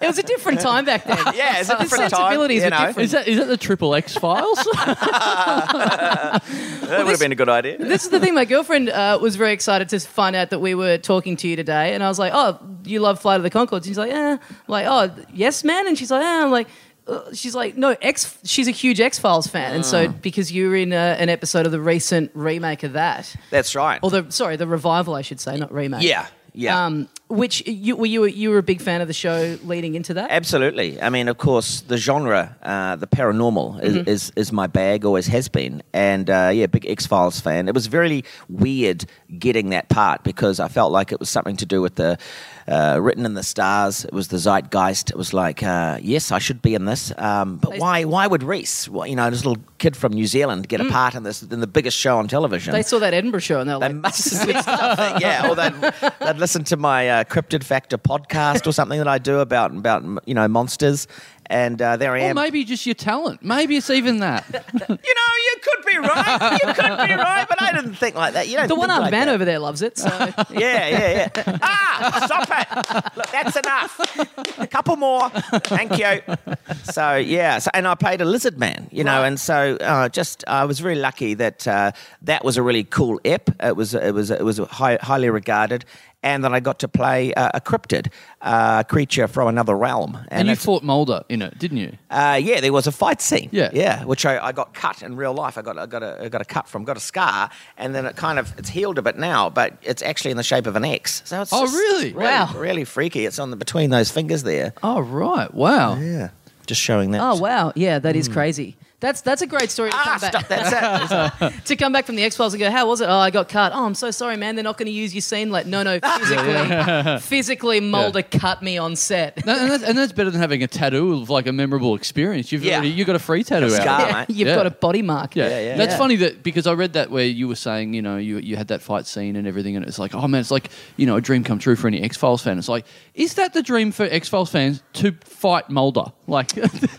Speaker 1: it was a different time back then.
Speaker 3: yeah, it's a
Speaker 1: His
Speaker 3: different time.
Speaker 1: sensibilities
Speaker 3: you
Speaker 1: were
Speaker 3: know.
Speaker 1: different.
Speaker 2: Is that is that the triple X files?
Speaker 3: That would have been a good idea.
Speaker 1: This is the thing. My girlfriend uh, was very excited to find out that we were talking to you today, and I was like, "Oh, you love Flight of the Concords? And she's like, "Yeah." I'm like, "Oh, yes, man." And she's like, "Yeah." I'm like, uh, "She's like, no, X." She's a huge X Files fan, and
Speaker 3: Ah.
Speaker 1: so because you were in uh, an episode of the recent remake of that,
Speaker 3: That's right.
Speaker 1: or the sorry, the revival, I should say, not remake.
Speaker 3: yeah, yeah.
Speaker 1: Um, which you were you you were a big fan of the show leading into that?
Speaker 3: Absolutely. I mean, of course, the genre, uh, the paranormal,
Speaker 1: Mm-hmm.
Speaker 3: is, is is my bag. Always has been, and uh, yeah, big X Files fan. It was really weird getting that part because I felt like it was something to do with the uh, written in the stars. It was the zeitgeist. It was like, uh, yes, I should be in this, um, but why? Why would Reese, well, you know, this little kid from New Zealand, get a part in this in the biggest show on television?
Speaker 1: Mm. They saw that Edinburgh show and they're
Speaker 3: They
Speaker 1: like,
Speaker 3: must have seen something, yeah. Or they'd, they'd listen to my uh, Cryptid Factor podcast or something that I do about about you know monsters, and uh, there I
Speaker 2: or
Speaker 3: am.
Speaker 2: maybe just your talent. Maybe it's even that.
Speaker 3: you know, you could be right. You could be right, but I didn't think like that. You don't
Speaker 1: the
Speaker 3: think
Speaker 1: one-armed
Speaker 3: like
Speaker 1: man
Speaker 3: that.
Speaker 1: over there loves it. So
Speaker 3: Yeah, yeah, yeah. ah, stop it. Look, that's enough. A couple more. Thank you. So, yeah. So, and I played a lizard man, you know, and so uh, just I was really lucky that uh, that was a really cool ep. It was it was it was high, highly regarded. And then I got to play uh, a cryptid uh, creature from another realm.
Speaker 2: And you
Speaker 3: it's-
Speaker 2: fought Mulder in it, didn't you?
Speaker 3: uh, yeah, there was a fight scene.
Speaker 2: Yeah.
Speaker 3: yeah, which I, I got cut in real life. I got I got a I got a cut from, got a scar, and then it kind of it's healed a bit now, but it's actually in the shape of an X. So it's
Speaker 2: Oh,
Speaker 3: just
Speaker 2: really?
Speaker 1: Wow.
Speaker 3: really freaky. It's on the between those fingers there.
Speaker 2: Oh right. Wow.
Speaker 3: Yeah, just showing that.
Speaker 1: Oh wow, yeah, that is crazy. That's that's a great story to
Speaker 3: Ah,
Speaker 1: come back
Speaker 3: stop, that's it.
Speaker 1: to come back from the X Files and go, how was it? Oh, I got cut. Oh, I'm so sorry, man. They're not going to use your scene. Like, no, no, physically, physically, Mulder cut me on set.
Speaker 2: No, and, that's, and that's better than having a tattoo of like a memorable experience. You've
Speaker 3: Yeah.
Speaker 2: already, you got a free tattoo out.
Speaker 3: scar.
Speaker 2: Of it.
Speaker 3: mate.
Speaker 1: You've
Speaker 2: Ah, Yeah.
Speaker 1: got a body mark.
Speaker 2: Yeah,
Speaker 3: Yeah, yeah.
Speaker 2: That's
Speaker 1: Yeah.
Speaker 2: funny that because I read that where you were saying, you know, you you had that fight scene and everything, and it's like, oh man, it's like you know a dream come true for any X Files fan. It's like, is that the dream for X Files fans to fight Mulder? Like,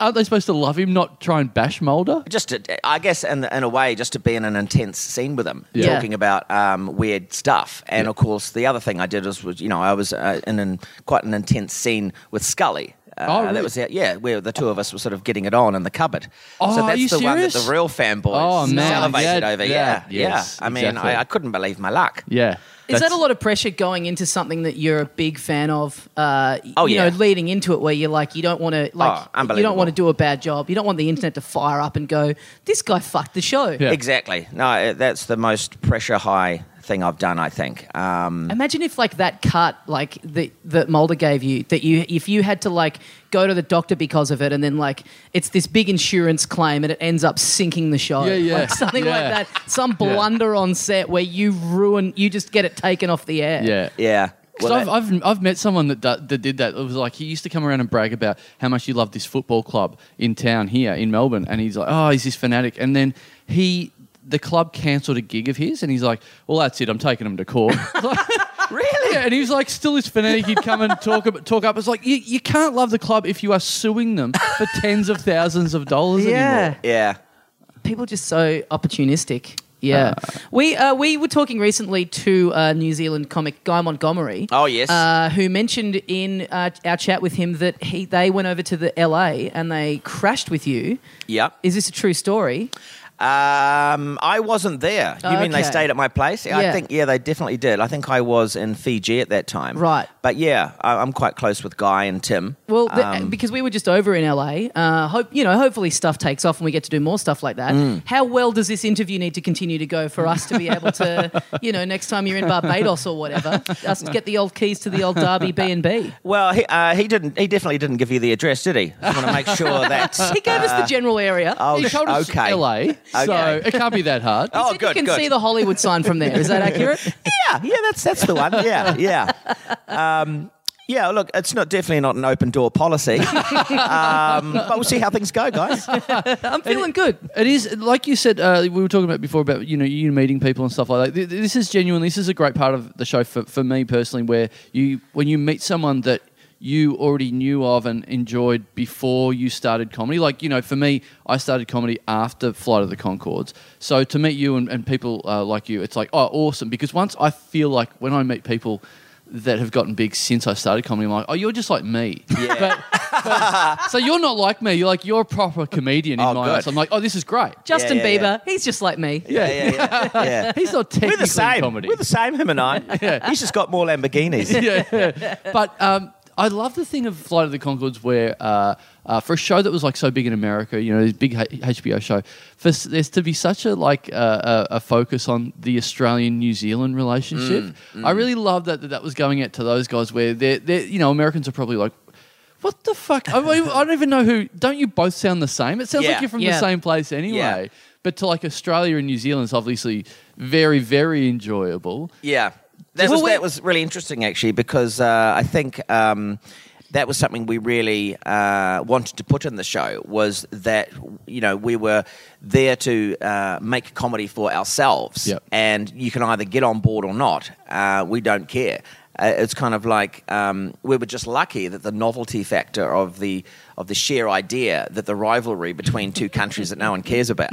Speaker 2: aren't they supposed to love him, not try and bash Mulder?
Speaker 3: just to, I guess in, in a way just to be in an intense scene with them
Speaker 1: Yeah.
Speaker 3: talking about um, weird stuff and of course the other thing I did was, was you know I was uh, in an, quite an intense scene with Scully uh,
Speaker 2: Oh, really?
Speaker 3: that was the, yeah where the two of us were sort of getting it on in the cupboard
Speaker 2: Oh,
Speaker 3: so
Speaker 2: are
Speaker 3: that's
Speaker 2: you
Speaker 3: the one that
Speaker 2: serious?
Speaker 3: the real fanboys
Speaker 2: Oh, man.
Speaker 3: salivated
Speaker 2: Yeah,
Speaker 3: over yeah
Speaker 2: yeah,
Speaker 3: yeah,
Speaker 2: yes,
Speaker 3: I mean
Speaker 2: exactly.
Speaker 3: I, I couldn't believe my luck
Speaker 2: Yeah.
Speaker 1: Is that
Speaker 2: That's-
Speaker 1: a lot of pressure going into something that you're a big fan of? Uh,
Speaker 3: Oh,
Speaker 1: you
Speaker 3: yeah.
Speaker 1: know, leading into it, where you're like, you don't want to, like, you
Speaker 3: unbelievable.
Speaker 1: don't want to do a bad job. You don't want the internet to fire up and go, this guy fucked the show.
Speaker 2: Yeah.
Speaker 3: exactly no uh, that's the most pressure high thing I've done I think um,
Speaker 1: Imagine if like that cut like that that Mulder gave you that you if you had to like go to the doctor because of it and then like it's this big insurance claim and it ends up sinking the show.
Speaker 2: Yeah, yeah.
Speaker 1: Like, something
Speaker 2: Yeah.
Speaker 1: like that. Some blunder on set where you ruin you just get it taken off the air.
Speaker 2: Yeah.
Speaker 3: yeah
Speaker 2: 'Cause
Speaker 3: Well, that-
Speaker 2: I've, I've, I've met someone that, that that did that. It was like he used to come around and brag about how much he loved this football club in town here in Melbourne, and he's like, oh, he's this fanatic. And then he, the club cancelled a gig of his, and he's like, well, that's it, I'm taking him to court.
Speaker 3: really?
Speaker 2: Yeah, and he was like, still this fanatic. He'd come and talk ab- talk up. It's like you, you can't love the club if you are suing them for tens of thousands of dollars
Speaker 1: Yeah.
Speaker 3: Yeah.
Speaker 1: people just so opportunistic. Yeah, we uh, we were talking recently to uh, New Zealand comic Guy Montgomery.
Speaker 3: Oh, yes.
Speaker 1: uh, who mentioned in uh, our chat with him that he they went over to the LA and they crashed with you.
Speaker 3: Yeah.
Speaker 1: Is this a true story?
Speaker 3: Um, I wasn't there. You mean they
Speaker 1: Okay.
Speaker 3: stayed at my place? Yeah,
Speaker 1: Yeah.
Speaker 3: I think yeah, they definitely did. I think I was in Fiji at that time.
Speaker 1: Right.
Speaker 3: But yeah, I, I'm quite close with Guy and Tim.
Speaker 1: Well, the,
Speaker 3: Um,
Speaker 1: because we were just over in LA. Uh, hope you know. Hopefully, stuff takes off and we get to do more stuff like that.
Speaker 3: Mm.
Speaker 1: How well does this interview need to continue to go for us to be able to, you know, next time you're in Barbados or whatever, us to get the old keys to the old Derby B and B?
Speaker 3: well, he, uh, he didn't. He definitely didn't give you the address, did he? I want to make sure that.
Speaker 1: He gave us the general area.
Speaker 3: Oh,
Speaker 2: anymore. He told us
Speaker 3: okay.
Speaker 2: LA, so
Speaker 3: Okay.
Speaker 2: it can't be that hard.
Speaker 3: Oh,
Speaker 1: Said
Speaker 3: good,
Speaker 1: You can
Speaker 3: good.
Speaker 1: see the Hollywood sign from there. Is that accurate?
Speaker 3: yeah, yeah, that's that's the one. Yeah, yeah. Um, yeah, look, it's not definitely not an open door policy, um, but we'll see how things go, guys.
Speaker 1: I'm feeling good.
Speaker 2: It is like you said. Uh, we were talking about before about you know you meeting people and stuff like that. Th- th- This is genuine. This is a great part of the show for, for me personally, where you when you meet someone that you already knew of and enjoyed before you started comedy. Like you know, for me, I started comedy after Flight of the Concords. So to meet you and, and people uh, like you, it's like oh awesome. Because once I feel like when I meet people. That have gotten big since I started comedy. I'm like, oh, you're just like me.
Speaker 3: Yeah.
Speaker 2: But, but- so you're not like me. You're like you're a proper comedian in
Speaker 3: Oh,
Speaker 2: my
Speaker 3: good.
Speaker 2: eyes. I'm like, oh, this is great.
Speaker 1: Justin
Speaker 3: yeah, yeah.
Speaker 1: Bieber, he's just like me.
Speaker 3: Yeah, yeah, yeah. yeah.
Speaker 2: He's not
Speaker 3: We're
Speaker 2: technically
Speaker 3: the same.
Speaker 2: comedy.
Speaker 3: We're the same. Him and I.
Speaker 2: Yeah.
Speaker 3: He's just got more Lamborghinis.
Speaker 2: yeah, yeah. But um, I love the thing of Flight of the Concords where uh, uh, for a show that was like so big in America, you know, this big H- HBO show, for s- there's to be such a like uh, a, a focus on the Australian New Zealand relationship.
Speaker 3: Mm,
Speaker 2: I really love that, that that was going out to those guys where they're, they're you know Americans are probably like. What the fuck? I, mean, I don't even know who. Don't you both sound the same? It sounds
Speaker 3: Yeah.
Speaker 2: like you're from
Speaker 1: Yeah.
Speaker 2: the same place anyway.
Speaker 3: Yeah.
Speaker 2: But to like Australia and New Zealand is obviously very, very enjoyable.
Speaker 3: Yeah, that,
Speaker 1: Well,
Speaker 3: was,
Speaker 1: we-
Speaker 3: that was really interesting actually because uh, I think um, that was something we really uh, wanted to put in the show was that you know we were there to uh, make comedy for ourselves,
Speaker 2: Yep.
Speaker 3: and you can either get on board or not. Uh, we don't care. Uh, it's kind of like um, we were just lucky that the novelty factor of the of the sheer idea that the rivalry between two countries that no one cares about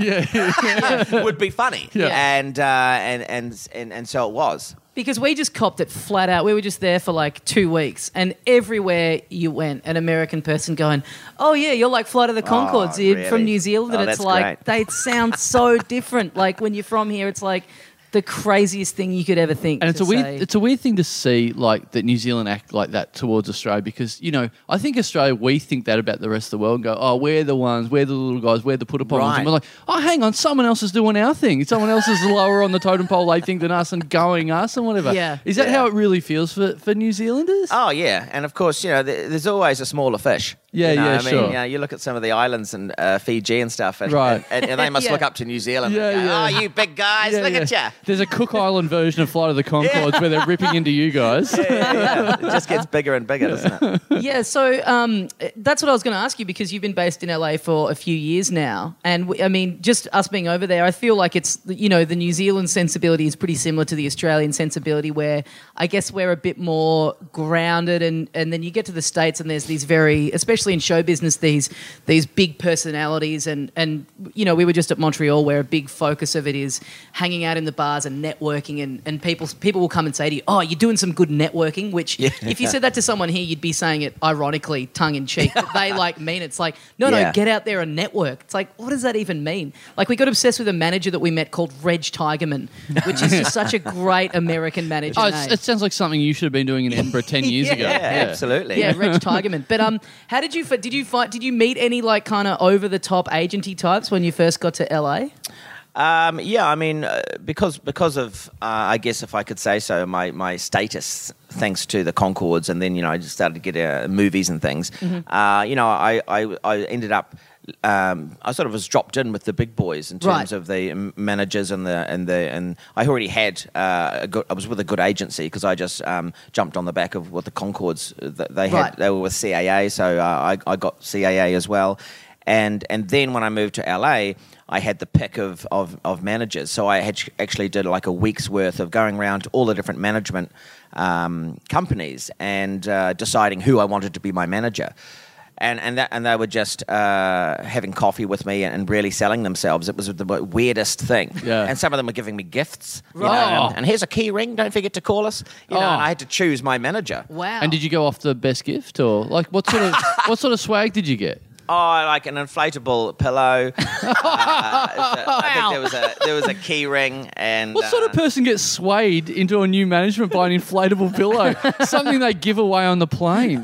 Speaker 3: would be funny,
Speaker 2: Yeah.
Speaker 3: and, uh, and and and and so it was.
Speaker 1: Because we just copped it flat out. We were just there for like two weeks, and everywhere you went, an American person going, Oh, yeah, you're like Flight of the Concords dude,
Speaker 3: really?
Speaker 1: from New Zealand.
Speaker 3: Oh,
Speaker 1: and it's
Speaker 3: that's
Speaker 1: like,
Speaker 3: great.
Speaker 1: they sound so different. Like, when you're from here, it's like the craziest thing you could ever think.
Speaker 2: And it's
Speaker 1: to
Speaker 2: a weird
Speaker 1: say.
Speaker 2: it's a weird thing to see like that New Zealand act like that towards Australia because you know I think Australia we think that about the rest of the world and go oh we're the ones we're the little guys we're the put upon ones
Speaker 3: Right.
Speaker 2: and we're like oh hang on someone else is doing our thing someone else is lower on the totem pole they think than us and going us and whatever
Speaker 1: Yeah.
Speaker 2: is that
Speaker 3: Yeah.
Speaker 2: how it really feels for, for New Zealanders
Speaker 3: Oh yeah, and of course you know th- there's always a smaller fish.
Speaker 2: Yeah,
Speaker 3: you know,
Speaker 2: yeah,
Speaker 3: I mean,
Speaker 2: sure.
Speaker 3: You, know, you look at some of the islands and uh, Fiji and stuff, and,
Speaker 2: Right.
Speaker 3: and, and they must
Speaker 1: Yeah.
Speaker 3: look up to New Zealand.
Speaker 2: Yeah,
Speaker 3: and go,
Speaker 2: yeah.
Speaker 3: Oh, you big guys,
Speaker 2: Yeah,
Speaker 3: look
Speaker 2: yeah.
Speaker 3: at ya.
Speaker 2: there's a Cook Island version of Flight of the Concords where they're ripping into you guys
Speaker 3: Yeah, yeah. It just gets bigger and bigger, doesn't it?
Speaker 1: yeah, so um, that's what I was going to ask you because you've been based in LA for a few years now, and we, I mean, just us being over there, I feel like it's you know the New Zealand sensibility is pretty similar to the Australian sensibility, where I guess we're a bit more grounded, and and then you get to the states and there's these very, especially in show business, these these big personalities, and and you know we were just at Montreal where a big focus of it is hanging out in the bars and networking, and and people people will come and say to you, oh, you're doing some good networking, which if you said that to someone here, you'd be saying it ironically, tongue in cheek. But they like mean it. it's like, no, no,
Speaker 3: Yeah.
Speaker 1: get out there and network. It's like, what does that even mean? Like, we got obsessed with a manager that we met called Reg Tigerman, which is just such a great American manager.
Speaker 2: oh
Speaker 1: name.
Speaker 2: it's, it sounds like something you should have been doing in Edinburgh ten years ago
Speaker 3: Yeah, absolutely.
Speaker 1: Yeah, Reg Tigerman. But um, how did you fi- did you find did you meet any like kind of over the top agenty types when you first got to LA?
Speaker 3: Um, yeah, I mean, uh, because because of uh, I guess if I could say so, my my status thanks to the Concords, and then you know I just started to get uh, movies and things.
Speaker 1: Mm-hmm.
Speaker 3: Uh, you know, I I, I ended up. Um, I sort of was dropped in with the big boys in terms
Speaker 1: Right.
Speaker 3: of the um, managers and the and the and I already had uh, a good, I was with a good agency because I just um, jumped on the back of what the Concords uh, th- they had
Speaker 1: Right.
Speaker 3: they were with CAA so uh, I, I got CAA as well And and then when I moved to LA, I had the pick of of, of managers. So I had actually did like a week's worth of going around to all the different management um, companies and uh, deciding who I wanted to be my manager. And and that, and they were just uh, having coffee with me and, and really selling themselves. It was the weirdest thing.
Speaker 2: Yeah.
Speaker 3: And some of them were giving me gifts. you know,
Speaker 2: Right.
Speaker 3: and, and here's a key ring. Don't forget to call us. You know,
Speaker 2: Oh.
Speaker 3: and I had to choose my manager.
Speaker 1: Wow.
Speaker 2: And did you go off the best gift or like what sort of what sort of swag did you get?
Speaker 3: Oh, like an inflatable pillow. Uh, Oh, I think there was a there was a key ring and
Speaker 2: What sort of
Speaker 3: uh,
Speaker 2: person gets swayed into a new management by an inflatable pillow? Something they give away on the plane.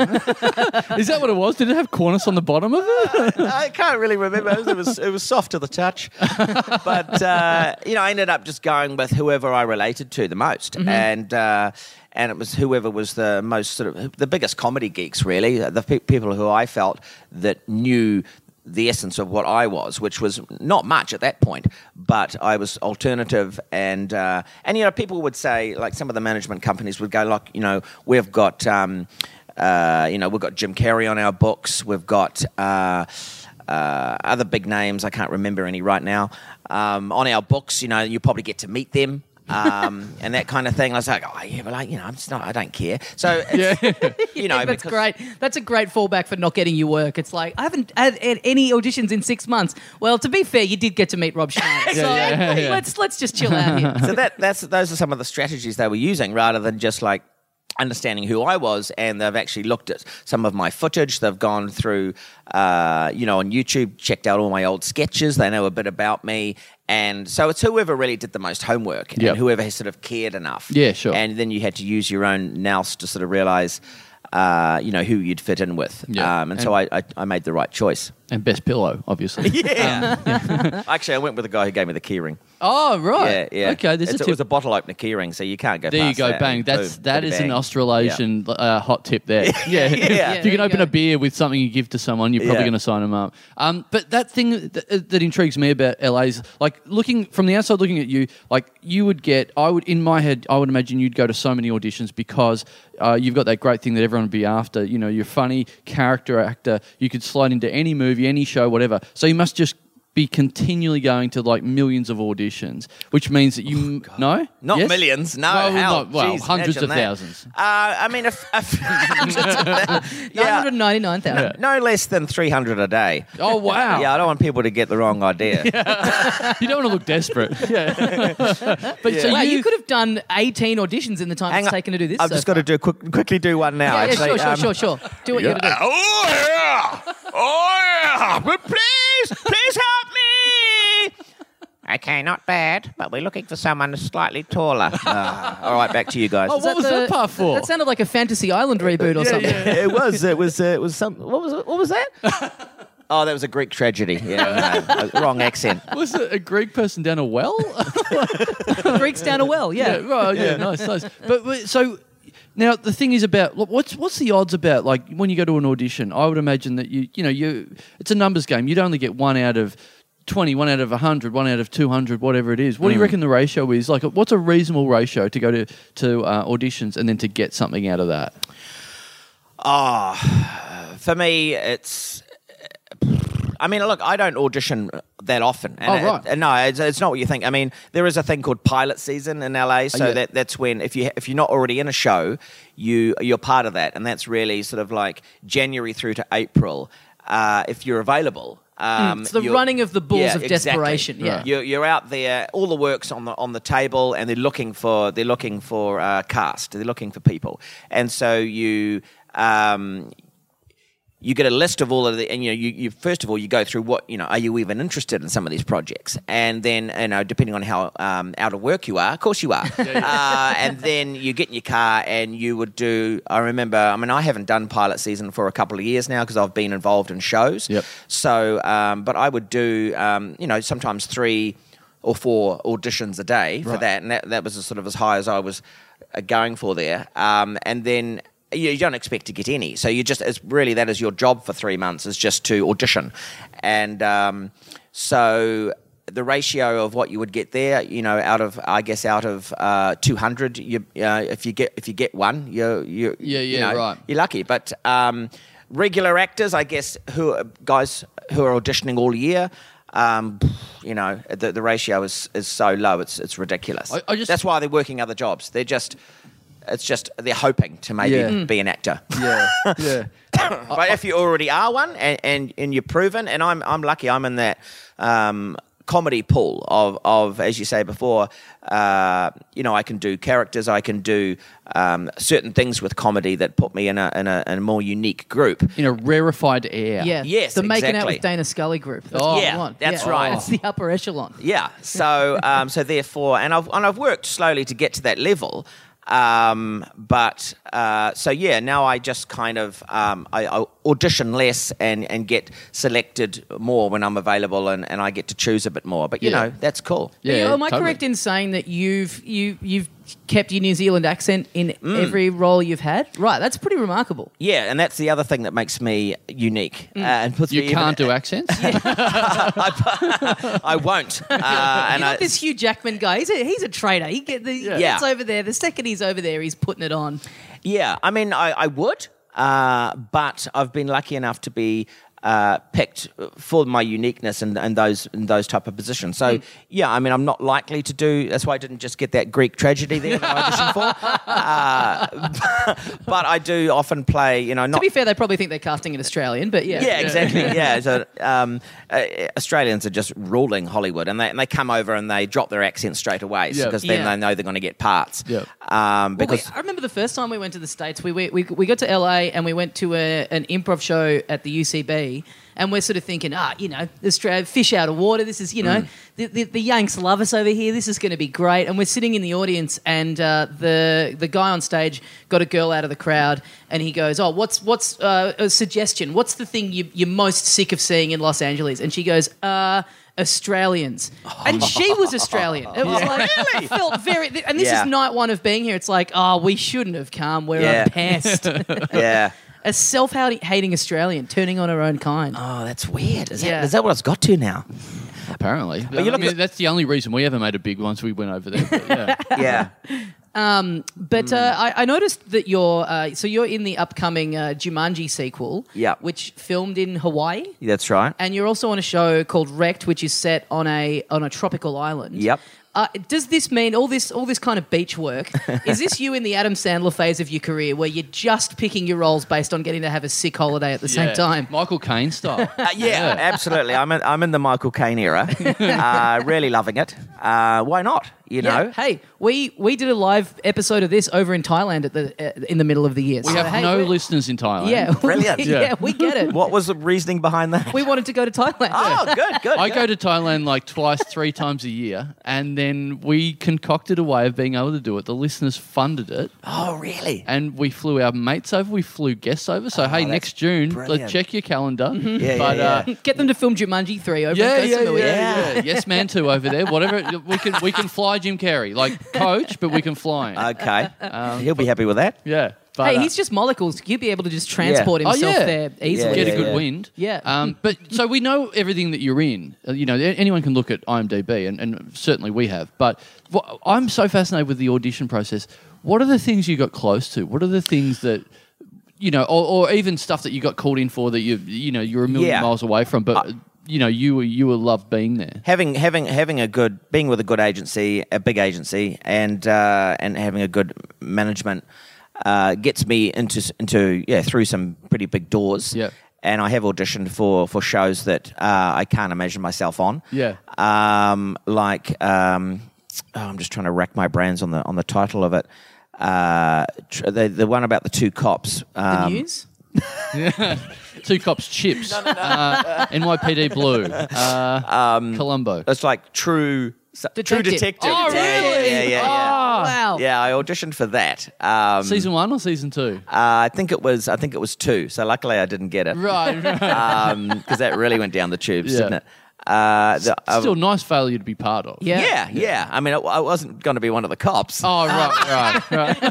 Speaker 2: Is that what it was? Did it have Qantas on the bottom of it?
Speaker 3: I can't really remember. It was, it was it was soft to the touch, but uh, you know, I ended up just going with whoever I related to the most, and uh, and it was whoever was the most sort of the biggest comedy geeks, really, Uh, the pe- people who I felt that knew the essence of what I was, which was not much at that point, but I was alternative, and uh, and you know, people would say like some of the management companies would go like, you know, we've got. Um, uh, you know, we've got Jim Carrey on our books. We've got uh, uh, other big names. I can't remember any right now. Um, on our books, you know, you probably get to meet them. um, and that kind of thing. I was like, oh yeah, but like, you know, I'm just not, I don't care. So, it's, you know,
Speaker 1: that's
Speaker 3: because-
Speaker 1: great. That's a great fallback for not getting you work. It's like I haven't had, had any auditions in six months. Well, to be fair, you did get to meet Rob Schneider. so
Speaker 2: yeah, yeah, yeah.
Speaker 1: let's let's just chill out here.
Speaker 3: so that that's those are some of the strategies they were using rather than just like understanding who I was and they've actually looked at some of my footage they've gone through uh, you know on YouTube checked out all my old sketches they know a bit about me and so it's whoever really did the most homework
Speaker 2: Yep.
Speaker 3: and whoever has sort of cared enough
Speaker 2: Yeah, sure.
Speaker 3: and then you had to use your own nous to sort of realize uh, you know who you'd fit in with
Speaker 2: Yeah.
Speaker 3: um, and, so I, I, I made the right choice
Speaker 2: And best pillow, obviously.
Speaker 3: yeah. actually I went with the guy who gave me the key ring
Speaker 2: Oh
Speaker 3: yeah,
Speaker 2: right.
Speaker 3: yeah.
Speaker 2: Okay, there's
Speaker 3: It's-
Speaker 2: a
Speaker 3: It
Speaker 2: tip.
Speaker 3: was a bottle opener keyring, so you can't go.
Speaker 2: there you
Speaker 3: past
Speaker 2: go,
Speaker 3: that
Speaker 2: bang.
Speaker 3: and
Speaker 2: That's
Speaker 3: boom,
Speaker 2: that
Speaker 3: bada
Speaker 2: is an
Speaker 3: bang.
Speaker 2: Australasian uh, hot tip there. Yeah,
Speaker 3: Yeah.
Speaker 2: If you
Speaker 1: There
Speaker 2: can
Speaker 1: you
Speaker 2: open
Speaker 1: go.
Speaker 2: a beer with something you give to someone, you're probably
Speaker 3: Yeah.
Speaker 2: going to sign them up. Um, but that thing that, that intrigues me about LA's like looking from the outside, looking at you, like you would get. I would in my head, I would imagine you'd go to so many auditions because uh, you've got that great thing that everyone would be after. You know, you're funny character actor. You could slide into any movie, any show, whatever. So you must just. Be continually going to like millions of auditions, which means that you no
Speaker 3: Oh, Not
Speaker 2: Yes?
Speaker 3: millions, no.
Speaker 2: Well,
Speaker 3: hell,
Speaker 2: not- well,
Speaker 3: jeez,
Speaker 2: hundreds
Speaker 3: imagine
Speaker 2: of
Speaker 3: that.
Speaker 2: thousands.
Speaker 3: Uh, I mean, if, if hundreds of thou- yeah,
Speaker 1: 999,000.
Speaker 3: no less than three hundred a day.
Speaker 2: Oh wow!
Speaker 3: Yeah, I don't want people to get the wrong idea.
Speaker 2: you don't want to look desperate. Yeah, but so
Speaker 1: Wow,
Speaker 2: you,
Speaker 1: you could have done 18 auditions in the time
Speaker 3: Hang
Speaker 1: it's
Speaker 3: on,
Speaker 1: taken to do this.
Speaker 3: I've
Speaker 1: so
Speaker 3: just got to
Speaker 1: far.
Speaker 3: do quick, quickly do one now.
Speaker 1: Yeah, yeah,
Speaker 3: actually.
Speaker 1: sure, sure,
Speaker 3: Um,
Speaker 1: sure, sure. Do what you got to do.
Speaker 3: Oh yeah! Oh yeah! But please, please help me!
Speaker 4: Okay, not bad, but we're looking for someone slightly taller.
Speaker 3: Ah, all right, back to you guys.
Speaker 2: Oh, what was that
Speaker 1: the-
Speaker 2: part for?
Speaker 1: That sounded like a Fantasy Island reboot or something.
Speaker 3: it was. It was. Uh, it was some. What was. It, what was that? oh, that was a Greek tragedy. Yeah, no, wrong accent.
Speaker 2: was it a Greek person down a well?
Speaker 1: Greeks down a well, yeah.
Speaker 2: yeah, well, yeah, nice, nice. But, but so now the thing is about look, what's what's the odds about like when you go to an audition? I would imagine that you you know you it's a numbers game. You'd only get one out of. 20, one out of 100, one out of 200, whatever it is.
Speaker 3: Mm.
Speaker 2: What do you reckon the ratio is? Like, what's a reasonable ratio to go to, to uh, auditions and then to get something out of that?
Speaker 3: For me, it's. I mean, look, I don't audition that often. And
Speaker 2: Oh, right.
Speaker 3: it- no, it's, it's not what you think. I mean, there is a thing called pilot season in
Speaker 1: Oh,
Speaker 3: LA, so
Speaker 2: yeah.
Speaker 3: that that's when if you if you're not already in a show, you you're part of that, and that's really sort of like January through to April, uh, if you're available. Um,
Speaker 1: Mm, it's the
Speaker 3: you're-
Speaker 1: running of the bulls
Speaker 3: Yeah,
Speaker 1: of
Speaker 3: exactly.
Speaker 1: desperation, yeah.
Speaker 3: You're, you're out there. All the work's on the on the table, and they're looking for they're looking for uh, cast. They're looking for people, and so you um, you get a list of all of the, and you know, you, you first of all you go through what you know. Are you even interested in some of these projects? And then you know, depending on how um, out of work you are, of course you are. Uh, and then you get in your car and you would do. I remember. I mean, I haven't done pilot season for a couple of years now because I've been involved in shows.
Speaker 2: Yep.
Speaker 3: So, um, but I would do, um, you know, sometimes three or four auditions a day for
Speaker 2: Right.
Speaker 3: that, and that, that was as sort of as high as I was uh, going for there. Um, and then you, you don't expect to get any, so you just it's really that is your job for three months is just to audition, and um, so. The ratio of what you would get there, you know, out of I guess out of uh, two hundred, you, uh, if you get if you get one, you you
Speaker 2: Yeah,
Speaker 3: you
Speaker 2: yeah,
Speaker 3: know,
Speaker 2: right.
Speaker 3: you're lucky. But um, regular actors, I guess, who are guys who are auditioning all year. Um, you know, the, the ratio is, is so low, it's it's ridiculous.
Speaker 2: I- I just-
Speaker 3: That's why they're working other jobs. They're just, it's just they're hoping to maybe
Speaker 2: Yeah. Mm.
Speaker 3: be an actor.
Speaker 2: yeah, yeah.
Speaker 3: but if you already are one and, and, and you're proven, and I'm, I'm lucky, I'm in that um, comedy pool of, of, as you say before, uh, you know, I can do characters, I can do um, certain things with comedy that put me in a, in a, in a more unique group.
Speaker 2: In a rarefied air.
Speaker 1: Yeah.
Speaker 3: Yes,
Speaker 1: The making out
Speaker 3: exactly.
Speaker 1: with Dana Scully group. That's
Speaker 2: Oh.
Speaker 1: what
Speaker 3: Yeah,
Speaker 1: you want.
Speaker 3: that's right.
Speaker 1: It's the upper echelon.
Speaker 3: Yeah. So um, so therefore, and I've and I've worked slowly to get to that level. Um, but uh, so yeah, now I just kind of um, I, I audition less and, and get selected more when I'm available, and, and I get to choose a bit more. But you
Speaker 2: Yeah.
Speaker 3: know that's cool.
Speaker 1: But you- am I
Speaker 2: totally.
Speaker 1: correct in saying that you've you you've kept your New Zealand accent in
Speaker 3: Mm.
Speaker 1: every role you've had? Right, that's pretty remarkable.
Speaker 3: Yeah, and that's the other thing that makes me unique uh, and puts me
Speaker 2: Mm. You
Speaker 3: even-
Speaker 2: can't do accents.
Speaker 3: I, I won't. Uh, and
Speaker 1: you
Speaker 3: I,
Speaker 1: got this Hugh Jackman guy. He's a, he's a traitor. He get the, he gets
Speaker 3: Yeah.
Speaker 1: over there. The second he's over there, he's putting it on.
Speaker 3: Yeah, I mean, I, I would, uh, but I've been lucky enough to be uh, picked for my uniqueness and, and those and those type of positions.
Speaker 1: Mm.
Speaker 3: So yeah, I mean, I'm not likely to do. That's why I didn't just get that Greek tragedy there that I auditioned for. Uh, but I do often play, you know,
Speaker 1: To
Speaker 3: not.
Speaker 1: be fair, they probably think they're casting an Australian, but yeah,
Speaker 3: yeah, exactly. Yeah, so um, uh, Australians are just ruling Hollywood, and they, and they come over and they drop their accent straight away
Speaker 2: Yeah.
Speaker 3: because then
Speaker 1: Yeah.
Speaker 3: they know they're going to get parts.
Speaker 2: Yeah.
Speaker 3: Um,
Speaker 1: Well, we-
Speaker 3: because
Speaker 1: I remember the first time we went to the states, we we, we, we got to LA and we went to a, an improv show at the UCB, and we're sort of thinking, ah, you know, Australia fish out of water. This is, you
Speaker 3: Mm.
Speaker 1: know, the, the the Yanks love us over here. This is going to be great. And we're sitting in the audience, and uh, the the guy on stage got a girl out of the crowd, and he goes, oh, what's what's uh, a suggestion? What's the thing you, you're most sick of seeing in Los Angeles? And she goes, uh. Australians, and she was Australian. It was like felt very, and this
Speaker 3: Yeah.
Speaker 1: is night one of being here, it's like, oh, we shouldn't have come. We're
Speaker 3: Yeah.
Speaker 1: a pest.
Speaker 3: yeah.
Speaker 1: a self hating Australian turning on her own kind.
Speaker 3: Oh, that's weird. Is,
Speaker 1: Yeah.
Speaker 3: that, is that what it's got to now?
Speaker 2: Apparently,
Speaker 3: you
Speaker 2: I
Speaker 3: look
Speaker 2: mean,
Speaker 3: at-
Speaker 2: that's the only reason we ever made a big once we went over there. but yeah.
Speaker 3: yeah.
Speaker 1: But
Speaker 3: Mm.
Speaker 1: uh, I, I noticed that you're, uh, so you're in the upcoming uh, Jumanji sequel,
Speaker 3: Yeah.
Speaker 1: which filmed in Hawaii.
Speaker 3: That's right.
Speaker 1: And you're also on a show called Wrecked, which is set on a on a tropical island.
Speaker 3: Yep.
Speaker 1: Uh, does this mean all this all this kind of beach work? is this you in the Adam Sandler phase of your career, where you're just picking your roles based on getting to have a sick holiday at the
Speaker 2: Yeah.
Speaker 1: same time?
Speaker 2: Michael Caine style.
Speaker 3: Uh, yeah, absolutely. I'm in, I'm in the Michael Caine era. uh, really loving it. Uh, why not?
Speaker 1: Yeah.
Speaker 3: You know.
Speaker 1: Hey, we we did a live episode of this over in Thailand at the uh, in the middle of the year.
Speaker 2: We have
Speaker 1: hey,
Speaker 2: no
Speaker 1: we're-
Speaker 2: listeners in Thailand.
Speaker 1: Yeah,
Speaker 3: Brilliant.
Speaker 1: yeah.
Speaker 2: Yeah.
Speaker 1: we get it.
Speaker 3: What was the reasoning behind that?
Speaker 1: We wanted to go to Thailand.
Speaker 3: oh, good, good.
Speaker 2: I go to Thailand like twice, three times a year, and then we concocted a way of being able to do it. The listeners funded it,
Speaker 3: oh, really?
Speaker 2: and we flew our mates over, we flew guests over. So, hey,
Speaker 3: Oh, that's
Speaker 2: next June,
Speaker 3: brilliant. Mm-hmm.
Speaker 2: let's check your calendar.
Speaker 3: Yeah,
Speaker 2: but,
Speaker 3: yeah,
Speaker 2: Uh,
Speaker 3: yeah.
Speaker 1: Get them to film Jumanji three over
Speaker 2: yeah,
Speaker 1: in
Speaker 2: yeah,
Speaker 1: Koh Samui.
Speaker 2: yeah,
Speaker 3: Yeah.
Speaker 2: yeah. Yes, man, two over there. Whatever we can, we can fly Jim Carrey like coach, but we can fly him.
Speaker 3: Okay. He'll be happy with that.
Speaker 2: yeah, but
Speaker 1: Hey,
Speaker 2: uh,
Speaker 1: he's just molecules. You'd be able to just transport
Speaker 2: Oh,
Speaker 1: himself
Speaker 2: yeah.
Speaker 1: there
Speaker 2: Yeah,
Speaker 1: easily.
Speaker 2: get a good
Speaker 3: yeah.
Speaker 2: wind.
Speaker 1: Yeah.
Speaker 2: Um, but so we know everything that you're in. Uh, You know, a- anyone can look at IMDb, and, and certainly we have. But wha- I'm so fascinated with the audition process. What are the things you got close to? What are the things that you know, or, or even stuff that you got called in for that you you know you're a million
Speaker 3: Yeah.
Speaker 2: miles away from, but you know you were you were loved being there.
Speaker 3: having having having a good being with a good agency, a big agency, and uh, and having a good management uh, gets me into into yeah through some pretty big doors.
Speaker 2: Yeah.
Speaker 3: And I have auditioned for, for shows that uh, I can't imagine myself on.
Speaker 2: Yeah.
Speaker 3: Um, like um, oh, I'm just trying to rack my brains on the on the title of it. Uh, tr- the the one about the two cops.
Speaker 1: The
Speaker 3: Um,
Speaker 1: news?
Speaker 2: Two cops chips. Uh, NYPD Blue. Uh, Colombo.
Speaker 3: It's like true so-
Speaker 1: Detective. Ah.
Speaker 3: true detective.
Speaker 2: Oh,
Speaker 3: Yeah, yeah,
Speaker 2: really? Oh.
Speaker 3: Yeah, yeah, yeah.
Speaker 1: wow.
Speaker 3: Yeah, I auditioned for that. Um,
Speaker 2: Season one or season two?
Speaker 3: Uh, I think it was. I think it was two. So luckily, I didn't get it because
Speaker 2: Right. right.
Speaker 3: that really went down the tubes,
Speaker 2: Yeah.
Speaker 3: didn't it? Uh, the- I-
Speaker 2: Still nice failure to be part of.
Speaker 1: Yeah.
Speaker 3: yeah, yeah. I mean, I, I wasn't going to be one of the cops.
Speaker 2: Oh right, right, right.